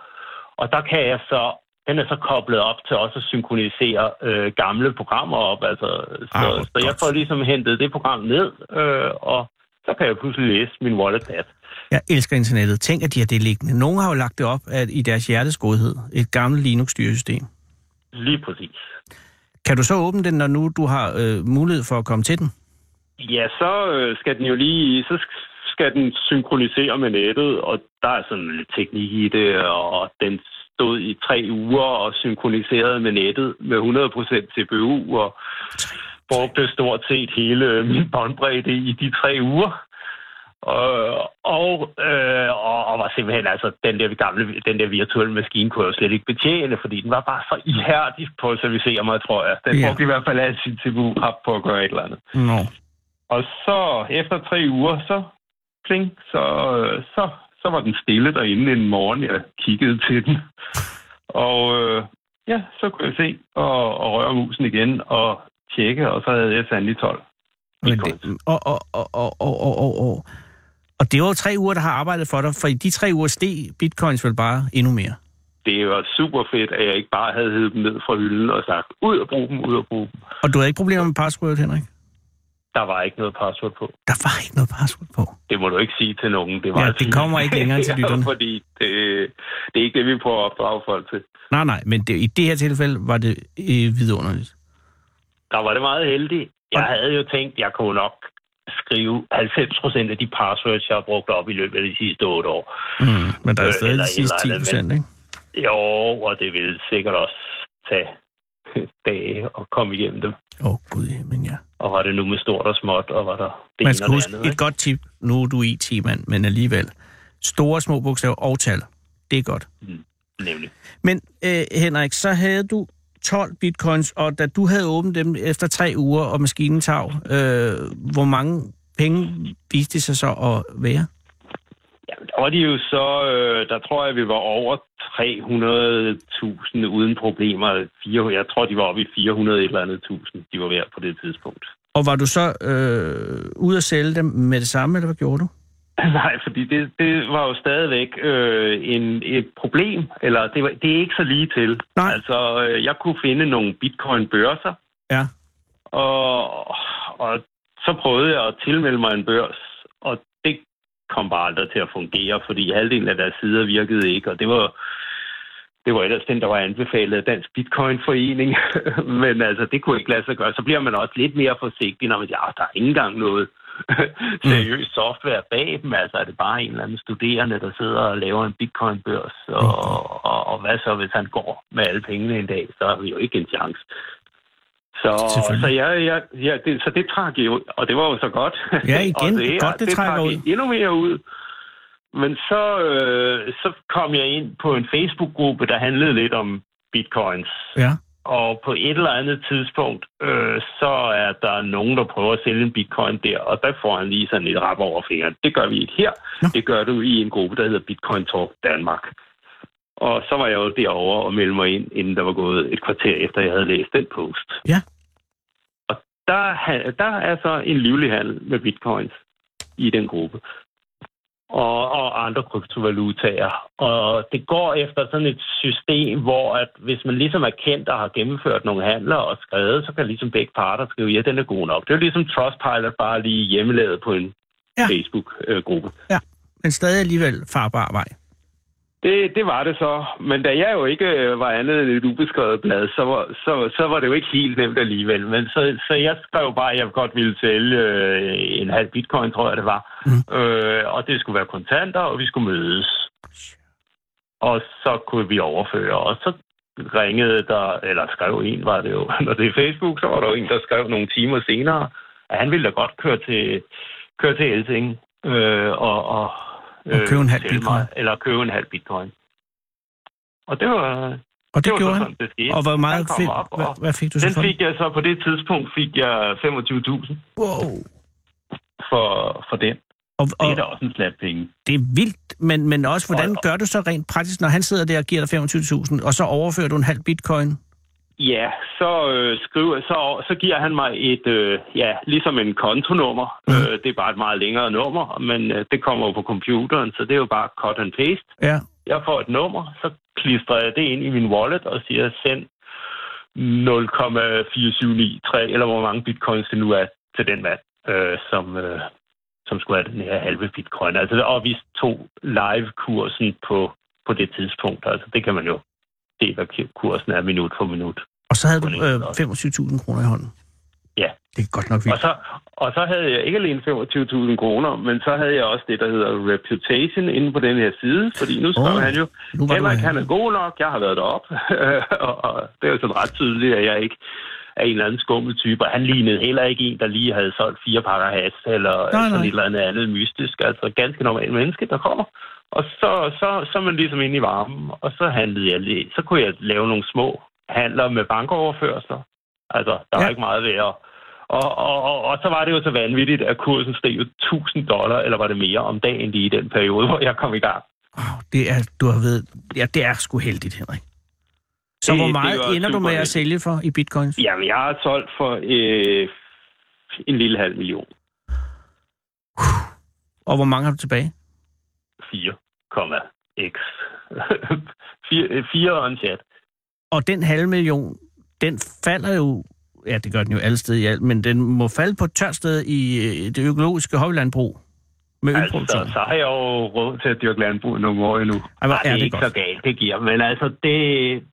Speaker 7: Og der kan jeg så, den er så koblet op til også at synkronisere øh, gamle programmer op. Altså, så,
Speaker 4: Ah,
Speaker 7: ah,
Speaker 4: hvor
Speaker 7: så jeg
Speaker 4: godt.
Speaker 7: får ligesom hentet det program ned, øh, og så kan jeg pludselig læse min wallet app.
Speaker 4: jeg elsker internettet. Tænk, at de har det liggende. Nogen har jo lagt det op at i deres hjertes godhed. Et gammelt Linux-styresystem.
Speaker 7: Lige præcis.
Speaker 4: Kan du så åbne den, når nu du har øh, mulighed for at komme til den?
Speaker 7: Ja, så øh, skal den jo lige, så sk- skal den synkronisere med nettet, og der er sådan lidt teknik i det, og den stod i tre uger og synkroniserede med nettet med 100% CPU, og brugte stort set hele øh, min båndbredde i de tre uger. Og, og, øh, og, og var simpelthen, altså, den der, gamle, den der virtuelle maskine kunne jeg jo slet ikke betjene, fordi den var bare så ihærdig på at servicere mig, tror jeg. Den
Speaker 4: Ja.
Speaker 7: brugte i hvert fald af sin CPU-hap på at gøre et eller andet.
Speaker 4: Nå.
Speaker 7: Og så efter tre uger, så, pling, så, øh, så, så var den stille derinde en morgen, jeg kiggede til den. Og øh, ja, så kunne jeg se og, og røre musen igen og tjekke, og så havde jeg sandelig 12.
Speaker 4: Men det, og, og, og, og, og, og, og, og. og det var jo tre uger, der har arbejdet for dig, for i de tre uger steg bitcoins vel bare endnu mere.
Speaker 7: Det var super fedt, at jeg ikke bare havde hævet dem ned fra hylden og sagt, ud og brug dem, ud og brug dem.
Speaker 4: Og du havde ikke problemer med passwordet, Henrik?
Speaker 7: Der var ikke noget password på.
Speaker 4: Der var ikke noget password på.
Speaker 7: Det må du ikke sige til nogen. Det, var
Speaker 4: Ja, det kommer ikke længere til
Speaker 7: Ja,
Speaker 4: lytterne.
Speaker 7: fordi det, det er ikke det, vi prøver at opdrage folk til.
Speaker 4: Nej, nej, men det, i det her tilfælde var det øh, vidunderligt.
Speaker 7: der var det meget heldigt. Jeg havde jo tænkt, jeg kunne nok skrive 90 procent af de passwords, jeg har brugt op i løbet af de sidste otte år.
Speaker 4: Mm, men der er
Speaker 7: Øh,
Speaker 4: stadig
Speaker 7: eller
Speaker 4: de sidste
Speaker 7: et
Speaker 4: 10
Speaker 7: eller andet,
Speaker 4: procent, ikke?
Speaker 7: Jo, og det ville sikkert også tage dage at komme igennem dem.
Speaker 4: Åh, oh, gud i himlen, ja.
Speaker 7: Og var det nu med stort og småt, og var der det
Speaker 4: Man
Speaker 7: ene
Speaker 4: skal
Speaker 7: og det
Speaker 4: huske
Speaker 7: andet.
Speaker 4: et
Speaker 7: Ikke?
Speaker 4: godt tip. Nu er du IT-mand, men alligevel. Store og små bogstaver og tal. Det er godt.
Speaker 7: Nemlig.
Speaker 4: Men øh, Henrik, så havde du 12 bitcoins, og da du havde åbnet dem efter tre uger, og maskinen tav, øh, hvor mange penge viste det sig så at være?
Speaker 7: Jamen, der var de jo så, øh, der tror jeg, vi var over 300.000 uden problemer. Fire- Jeg tror, de var oppe i 400 et eller andet tusind, de var værd på det tidspunkt.
Speaker 4: Og var du så øh, ude at sælge dem med det samme, eller hvad gjorde du?
Speaker 7: Nej, fordi det, det var jo stadigvæk øh, en, et problem, eller det, var, det er ikke så lige til.
Speaker 4: Nej.
Speaker 7: Altså, øh, jeg kunne finde nogle bitcoin-børser,
Speaker 4: Ja.
Speaker 7: og, og så prøvede jeg at tilmelde mig en børs, og det kom bare aldrig til at fungere, fordi halvdelen af deres sider virkede ikke, og det var det var ellers den, der var anbefalet af Dansk Bitcoin-forening, men altså, det kunne ikke lade sig gøre. Så bliver man også lidt mere forsigtig, når man siger, at der er ikke engang noget seriøst software bag dem. Altså, er det bare en eller anden studerende, der sidder og laver en bitcoin-børs, og, og, og hvad så, hvis han går med alle pengene en dag? Så har vi jo ikke en chance. Så, så,
Speaker 4: Selvfølgelig.
Speaker 7: jeg, jeg, ja, det, så det trak jo, og det var jo så godt.
Speaker 4: Ja, igen.
Speaker 7: Og her,
Speaker 4: Godt, det trækker ud.
Speaker 7: endnu mere ud. Men så, øh, så kom jeg ind på en Facebook-gruppe, der handlede lidt om bitcoins.
Speaker 4: Ja.
Speaker 7: Og på et eller andet tidspunkt, øh, så er der nogen, der prøver at sælge en bitcoin der, og der får han lige sådan et rap over fingeren. Det gør vi ikke her.
Speaker 4: Nå.
Speaker 7: Det gør du i en gruppe, der hedder Bitcoin Talk Danmark. Og så var jeg jo derovre og meldte mig ind, inden der var gået et kvarter efter, jeg havde læst den post.
Speaker 4: Ja.
Speaker 7: Og der, ha- der er så en livlig handel med bitcoins i den gruppe. Og, og andre kryptovalutaer. Og det går efter sådan et system, hvor at hvis man ligesom er kendt og har gennemført nogle handler og skrevet, så kan ligesom begge parter skrive, ja, den er god nok. Det er jo ligesom Trustpilot bare lige hjemmelavet på en
Speaker 4: Ja.
Speaker 7: ja. Facebook-gruppe.
Speaker 4: Men stadig alligevel farbar vej.
Speaker 7: Det, det var det så. Men da jeg jo ikke øh, var andet end et ubeskrevet blad, så var, så, så var det jo ikke helt nemt alligevel. Men så, så jeg skrev bare, at jeg godt ville sælge øh, en halv bitcoin, tror jeg det var. Mm. Øh, og det skulle være kontanter, og vi skulle mødes. Og så kunne vi overføre. Og så ringede der, eller skrev en, var det jo. Når det er Facebook, så var der jo en, der skrev nogle timer senere, at han ville da godt køre til, køre til Elting øh, og, og,
Speaker 4: Og købe en halv
Speaker 7: sælge
Speaker 4: bitcoin.
Speaker 7: eller købe en halv bitcoin. Og det var, det
Speaker 4: Og det,
Speaker 7: var
Speaker 4: gjorde han.
Speaker 7: så sådan, det skete.
Speaker 4: Og hvor
Speaker 7: Han
Speaker 4: meget
Speaker 7: kom
Speaker 4: fik,
Speaker 7: op, og
Speaker 4: hvad, hvad fik du så
Speaker 7: den
Speaker 4: for den?
Speaker 7: fik jeg så på det tidspunkt, fik jeg 25.000
Speaker 4: Wow.
Speaker 7: for, for den.
Speaker 4: Og,
Speaker 7: Det
Speaker 4: og
Speaker 7: er da også en slat penge.
Speaker 4: det er vildt, men, men også, hvordan
Speaker 7: Og-
Speaker 4: gør du så rent praktisk, når han sidder der og giver dig 25.000, og så overfører du en halv bitcoin?
Speaker 7: Ja, så øh, skriver så, så giver han mig et, øh, ja, ligesom en kontonummer. Mm. Øh, det er bare et meget længere nummer, men øh, det kommer jo på computeren, så det er jo bare cut and paste.
Speaker 4: Ja.
Speaker 7: Jeg får et nummer, så klistrer jeg det ind i min wallet og siger, send 0,4793, eller hvor mange bitcoins det nu er til den mand, øh, som, øh, som skulle have den her halve bitcoin. Altså, og vi tog live-kursen på, på det tidspunkt. Altså, det kan man jo se, hvad kursen er minut for minut.
Speaker 4: Og så havde du
Speaker 7: Kun en
Speaker 4: øh,
Speaker 7: blot.
Speaker 4: 25.000 kroner i hånden.
Speaker 7: Ja.
Speaker 4: Det er godt nok
Speaker 7: Og
Speaker 4: vildt.
Speaker 7: så, og så havde jeg ikke alene 25.000 kroner, men så havde jeg også det, der hedder reputation inde på den her side, fordi nu skrev
Speaker 4: Åh,
Speaker 7: oh, han jo,
Speaker 4: nu var du
Speaker 7: Henrik,
Speaker 4: her."
Speaker 7: han er god nok, jeg har været deroppe, og, og det er jo sådan ret tydeligt, at jeg ikke er en eller anden skummel type, og han lignede heller ikke en, der lige havde solgt fire pakker has, eller
Speaker 4: Nej,
Speaker 7: nej, sådan
Speaker 4: nej.
Speaker 7: nej. et eller andet andet mystisk, altså ganske normal menneske, der kommer Og så, så, så er man ligesom inde i varmen, og så handlede jeg lige. Så kunne jeg lave nogle små handler med bankoverførsler. Altså, der var
Speaker 4: Ja.
Speaker 7: ja. ikke meget ved at... Og, og, og, og så var det jo så vanvittigt, at kursen steg jo 1000 dollar, eller var det mere om dagen lige i den periode, hvor jeg kom i gang.
Speaker 4: Oh, det er, du har ved, ja, det er sgu heldigt, Henrik. Så
Speaker 7: Det-
Speaker 4: hvor
Speaker 7: det
Speaker 4: meget
Speaker 7: var
Speaker 4: ender du med at
Speaker 7: superheldigt.
Speaker 4: sælge for i bitcoins?
Speaker 7: Jamen, jeg har solgt for øh, en lille halv million.
Speaker 4: Og hvor mange har du tilbage?
Speaker 7: 4,x. 4 øh, og en chat.
Speaker 4: Og den halve million, den falder jo, ja, det gør den jo alle steder i alt, men den må falde på et tørt sted i øh, det økologiske højlandbrug med
Speaker 7: Altså,
Speaker 4: ølproduktion.
Speaker 7: så har jeg jo råd til at dyrke landbrug i nogle år endnu.
Speaker 4: Ej, hvor
Speaker 7: Nej, det
Speaker 4: er
Speaker 7: er
Speaker 4: det
Speaker 7: ikke
Speaker 4: godt.
Speaker 7: så galt, det giver. Men altså, det,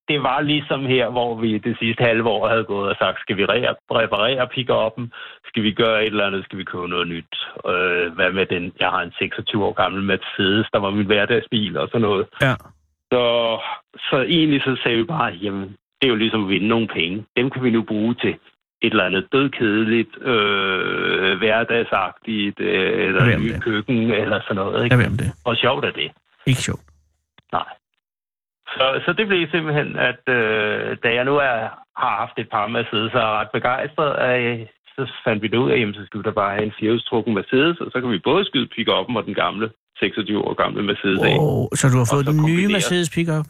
Speaker 7: det var ligesom her, hvor vi det sidste halve år havde gået og sagt, skal vi re- reparere pick-up'en? Skal vi gøre et eller andet? Skal vi købe noget nyt? Øh, hvad med den? Jeg har en 26 år gammel Mercedes, der var min hverdagsbil og sådan noget.
Speaker 4: Ja.
Speaker 7: Så, så egentlig så sagde vi bare, jamen, det er jo ligesom at vinde nogle penge. Dem kan vi nu bruge til et eller andet dødkedeligt, øh, hverdagsagtigt, øh, eller
Speaker 4: Lad være
Speaker 7: et
Speaker 4: med
Speaker 7: nyt
Speaker 4: det.
Speaker 7: køkken, eller sådan noget.
Speaker 4: Lad
Speaker 7: Ikke?
Speaker 4: være med det.
Speaker 7: Og sjovt er det.
Speaker 4: Ikke sjovt.
Speaker 7: Nej. Så, så det blev simpelthen, at øh, da jeg nu er, har haft et par Mercedes og er ret begejstret, øh, så fandt vi det ud af, jamen, så skulle der bare have en firehjulstrukken Mercedes, og så kan vi både skyde pick-up'en og den gamle, 26 år gamle Mercedes af.
Speaker 4: Wow. Så du har fået
Speaker 7: så
Speaker 4: den nye
Speaker 7: kombinere.
Speaker 4: Mercedes pickup?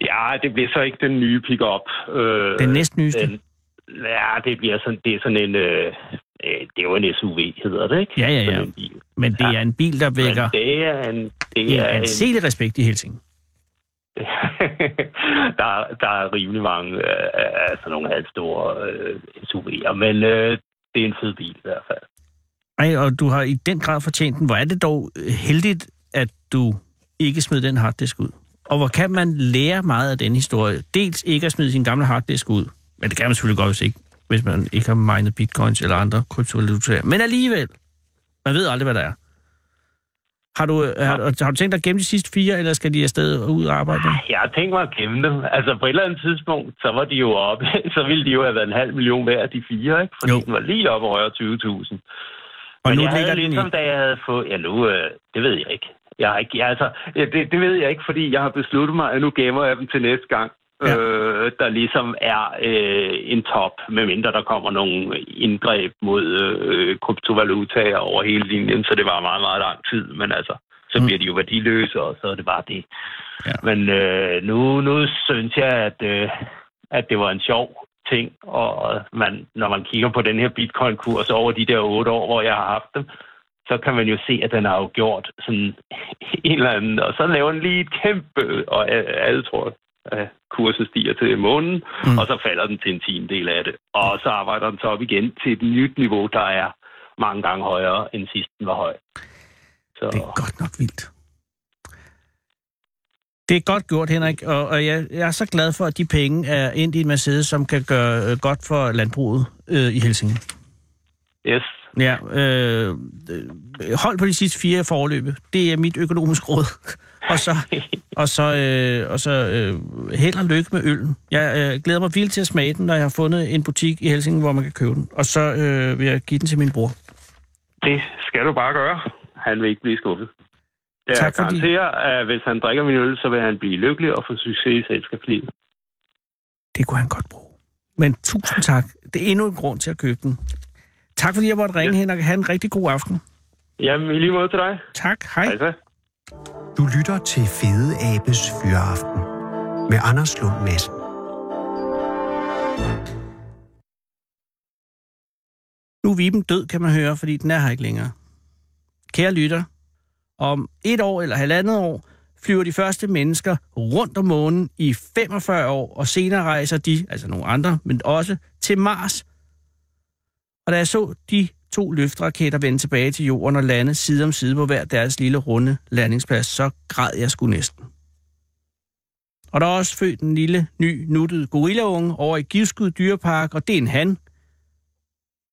Speaker 7: Ja, det bliver så ikke den nye pick-up. Øh,
Speaker 4: Den næstnyeste?
Speaker 7: den- Ja, det bliver sådan, det er sådan en, øh, øh, det er jo en SUV, hedder det, ikke?
Speaker 4: Ja, ja, ja.
Speaker 7: Sådan en bil.
Speaker 4: Men det er en bil, der
Speaker 7: Men
Speaker 4: vækker
Speaker 7: det er en, det er
Speaker 4: ja,
Speaker 7: en,
Speaker 4: en selig respekt i Helsing.
Speaker 7: der, er- der er rimelig mange øh, af sådan nogle halvstore øh, SUV'er, men øh, det er en fed bil i hvert fald.
Speaker 4: Ej, og du har i den grad fortjent den. Hvor er det dog øh, heldigt, at du ikke smed den harddisk ud. Og hvor kan man lære meget af den historie? Dels ikke at smide sin gamle harddisk ud, men det kan man selvfølgelig godt, hvis, ikke, hvis man ikke har mindet bitcoins eller andre kryptovalutaer. Men alligevel, man ved aldrig, hvad der er. Har du, øh, har, du- har du tænkt dig at gemme de sidste fire, eller skal de afsted og ud og arbejde? med?
Speaker 7: Jeg har tænkt mig at gemme dem. Altså på et eller andet tidspunkt, så var de jo oppe, så ville de jo have været en halv million hver, de fire, ikke? Fordi
Speaker 4: Jo.
Speaker 7: jo. den var lige oppe over 20.000.
Speaker 4: Og
Speaker 7: Men
Speaker 4: nu
Speaker 7: jeg
Speaker 4: ligger
Speaker 7: havde
Speaker 4: den
Speaker 7: ligesom,
Speaker 4: i.
Speaker 7: da jeg havde fået... Ja, nu... Øh, det ved jeg ikke. Jeg har ikke... Jeg, altså, ja, det, det ved jeg ikke, fordi jeg har besluttet mig, at nu gemmer jeg dem til næste gang.
Speaker 4: Ja.
Speaker 7: Ja. Øh, der ligesom er øh, en top, medmindre der kommer nogle indgreb mod øh, kryptovalutaer over hele linjen, så det var meget, meget lang tid, men altså, så
Speaker 4: Mm.
Speaker 7: bliver de jo værdiløse, og så er det bare det.
Speaker 4: Ja.
Speaker 7: Men øh, nu, nu synes jeg, at, øh, at det var en sjov ting, og man, når man kigger på den her bitcoin-kurs over de der otte år, hvor jeg har haft dem, så kan man jo se, at den har jo gjort sådan en eller anden, og så laver den lige et kæmpe, og øh, alle tror, at kursen stiger til månen,
Speaker 4: Mm.
Speaker 7: mm. og så falder den til en tiendel af det. Og så arbejder den så op igen til et nyt niveau, der er mange gange højere, end sidst den var høj. Så,
Speaker 4: Det er godt nok vildt. Det er godt gjort, Henrik, og, og jeg, jeg er så glad for, at de penge er ind i en Mercedes, som kan gøre øh, godt for landbruget øh, i Helsingør.
Speaker 7: yes.
Speaker 4: Ja, øh, øh, hold på de sidste fire forløbe. Det er mit økonomiske råd. og så, og så, øh, og så øh, held og lykke med øllen. Jeg øh, glæder mig vildt til at smage den, når jeg har fundet en butik i Helsingør, hvor man kan købe den. Og så øh, vil jeg give den til min bror.
Speaker 7: Det skal du bare gøre. Han vil ikke blive skuffet. Jeg
Speaker 4: Tak
Speaker 7: tak
Speaker 4: fordi-
Speaker 7: garanterer, at hvis han drikker min øl, så vil han blive lykkelig og få succes i selskabslivet.
Speaker 4: Det kunne han godt bruge. Men tusind tak. Det er endnu en grund til at købe den. Tak fordi jeg måtte ringe, Henrik. Ha' en rigtig god aften.
Speaker 7: Jamen, i lige måde til dig.
Speaker 4: Tak. Hej.
Speaker 7: Hej så.
Speaker 5: Du lytter til Fede Abes Fyraften med Anders Lund Madsen.
Speaker 4: Nu er Viben død, kan man høre, fordi den er her ikke længere. Kære lytter, om et år eller halvandet år flyver de første mennesker rundt om månen i 45 år, og senere rejser de, altså nogle andre, men også til Mars. Og da jeg så de to løftraketter vende tilbage til jorden og lande side om side på hver deres lille runde landingsplads, så græd jeg sgu næsten. Og der er også født en lille, ny, nuttet gorillaunge over i Givskud Dyrepark, og det er en han,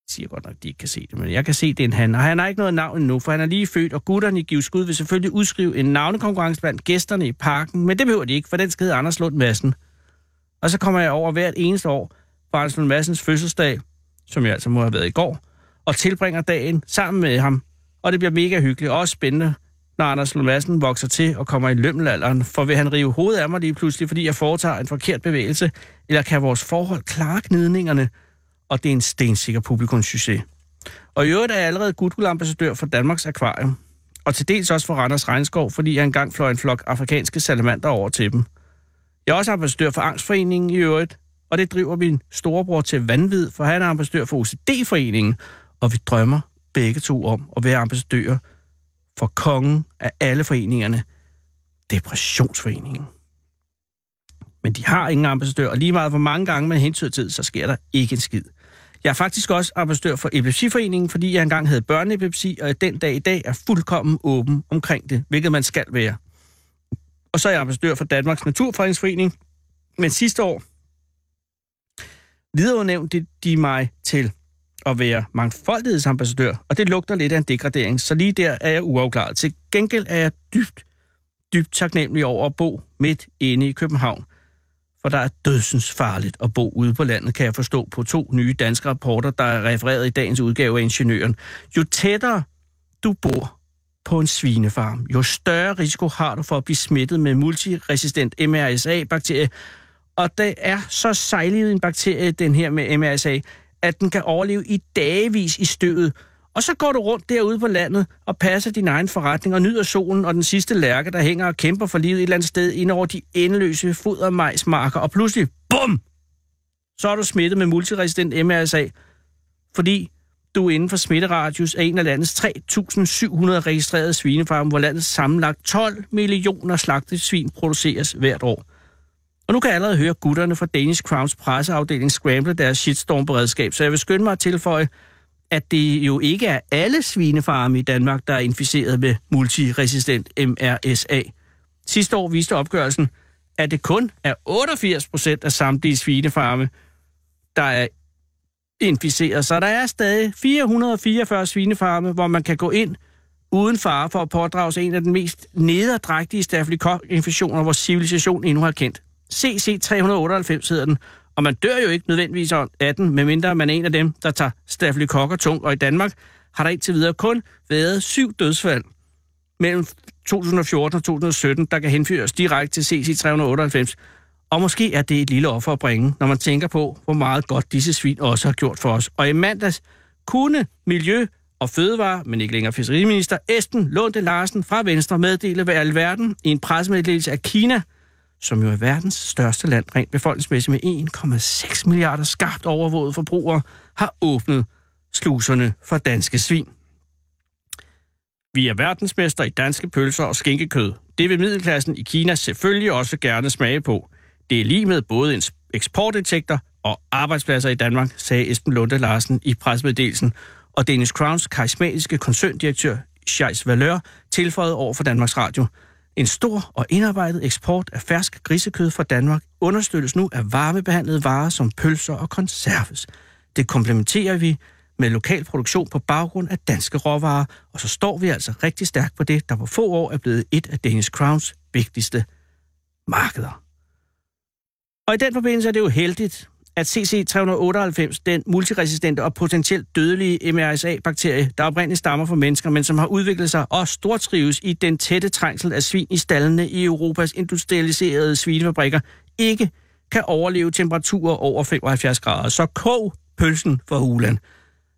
Speaker 4: siger godt nok, at de ikke kan se det, men jeg kan se, det er en han. Og han har ikke noget navn endnu, for han er lige født, og gutterne i Giv Skud vil selvfølgelig udskrive en navnekonkurrence blandt gæsterne i parken, men det behøver de ikke, for den skal hedde Anders Lund Madsen. Og så kommer jeg over hvert eneste år på Anders Lund Madsens fødselsdag, som jeg altså må have været i går, og tilbringer dagen sammen med ham. Og det bliver mega hyggeligt og også spændende når Anders Lund Madsen vokser til og kommer i lømmelalderen? For vil han rive hovedet af mig lige pludselig, fordi jeg foretager en forkert bevægelse? Eller kan vores forhold klare gnidningerne? Og det er en stensikker publikumssucces. Og i øvrigt er jeg allerede gudgudambassadør for Danmarks Akvarium. Og til dels også for Randers Regnskov, fordi jeg engang fløj en flok afrikanske salamander over til dem. Jeg er også ambassadør for Angstforeningen i øvrigt, og det driver min storebror til vanvid, for han er ambassadør for OCD-foreningen, og vi drømmer begge to om at være ambassadører for kongen af alle foreningerne, Depressionsforeningen. Men de har ingen ambassadør, og lige meget hvor mange gange man hentyder til, så sker der ikke en skid. Jeg er faktisk også ambassadør for Epilepsiforeningen, fordi jeg engang havde børneepilepsi, og den dag i dag er fuldkommen åben omkring det, hvilket man skal være. Og så er jeg ambassadør for Danmarks Naturfredningsforening. Men sidste år videreudnævnte de mig til at være mangfoldighedsambassadør, og det lugter lidt af en degradering, så lige der er jeg uafklaret. Til gengæld er jeg dybt, dybt taknemmelig over at bo midt inde i København, for der er dødsens farligt at bo ude på landet, kan jeg forstå på to nye danske rapporter, der er refereret i dagens udgave af Ingeniøren. Jo tættere du bor på en svinefarm, jo større risiko har du for at blive smittet med multiresistent MRSA-bakterie, og det er så sejlivet en bakterie, den her med MRSA, at den kan overleve i dagevis i støvet. Og så går du rundt derude på landet og passer din egen forretning og nyder solen og den sidste lærke, der hænger og kæmper for livet et eller andet sted ind over de endeløse fodermajsmarker, og pludselig, bum, så er du smittet med multiresistent MRSA, fordi du er inden for smitteradius af en af landets 3.700 registrerede svinefarme, hvor landets sammenlagt 12 millioner slagtede svin produceres hvert år. Og nu kan jeg allerede høre gutterne fra Danish Crowns presseafdeling scramble deres shitstorm-beredskab, så jeg vil skynde mig at tilføje, at det jo ikke er alle svinefarme i Danmark, der er inficeret med multiresistent MRSA. Sidste år viste opgørelsen, at det kun er 88 procent af samtlige svinefarme, der er inficeret. Så der er stadig 444 svinefarme, hvor man kan gå ind uden fare for at pådrage sig en af den mest nederdrægtige stafylokokinfektioner, vores civilisation endnu har kendt. CC398 hedder den, og man dør jo ikke nødvendigvis af den, medmindre man er en af dem, der tager stafylokokker tungt, og i Danmark har der indtil videre kun været syv dødsfald mellem 2014 og 2017, der kan henføres direkte til CC398. Og måske er det et lille offer at bringe, når man tænker på, hvor meget godt disse svin også har gjort for os. Og i mandags kunne Miljø- og Fødevare, men ikke længere Fiskeriminister, Esben Lunde Larsen fra Venstre meddele ved alverden i en pressemeddelelse af Kina, som jo er verdens største land rent befolkningsmæssigt med 1,6 milliarder skarpt overvåget forbrugere, har åbnet sluserne for danske svin. Vi er verdensmester i danske pølser og skinkekød. Det vil middelklassen i Kina selvfølgelig også gerne smage på. Det er lige med både en eksportindtægter og arbejdspladser i Danmark, sagde Esben Lunde Larsen i pressemeddelelsen. Og Danish Crowns karismatiske koncerndirektør, Scheis Valør, tilføjede over for Danmarks Radio. En stor og indarbejdet eksport af fersk grisekød fra Danmark understøttes nu af varmebehandlede varer som pølser og konserves. Det komplementerer vi med lokal produktion på baggrund af danske råvarer, og så står vi altså rigtig stærkt på det, der på få år er blevet et af Danish Crowns vigtigste markeder. Og i den forbindelse er det jo heldigt, at CC398, den multiresistente og potentielt dødelige MRSA-bakterie, der oprindeligt stammer fra mennesker, men som har udviklet sig og stortrives i den tætte trængsel af svin i stallene i Europas industrialiserede svinefabrikker, ikke kan overleve temperaturer over 75 grader. Så kog pølsen for hulen.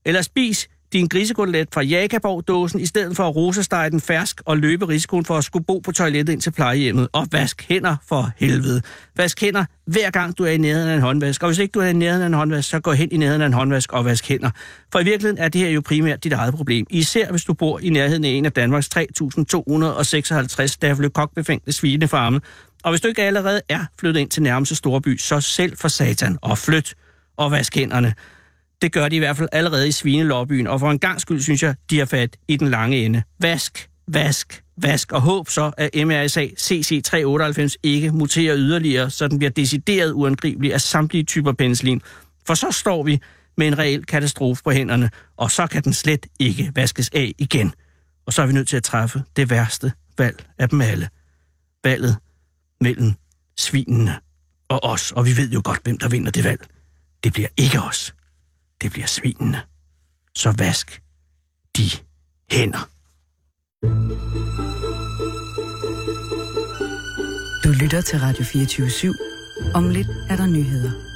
Speaker 4: Eller spis din grisekotelet fra Jakaborg-dåsen, i stedet for at rosestege den fersk og løbe risikoen for at skulle bo på toilettet ind til plejehjemmet. Og vask hænder for helvede. Vask hænder hver gang du er i nærheden af en håndvask. Og hvis ikke du er i nærheden af en håndvask, så gå hen i nærheden af en håndvask og vask hænder. For i virkeligheden er det her jo primært dit eget problem. Især hvis du bor i nærheden af en af Danmarks 3.256 stafylokokbefængte svinefarme. Og hvis du ikke allerede er flyttet ind til nærmeste storby, så selv for satan og flyt og vask hænderne. Det gør de i hvert fald allerede i svinelobbyen, og for en gang skyld synes jeg, de har fat i den lange ende. Vask, vask, vask, og håb så, at MRSA CC398 ikke muterer yderligere, så den bliver decideret uangribelig af samtlige typer penicillin. For så står vi med en reel katastrofe på hænderne, og så kan den slet ikke vaskes af igen. Og så er vi nødt til at træffe det værste valg af dem alle. Valget mellem svinene og os, og vi ved jo godt, hvem der vinder det valg. Det bliver ikke os det bliver svinene. Så vask de hænder.
Speaker 1: Du lytter til Radio 24 /7. Om lidt er der nyheder.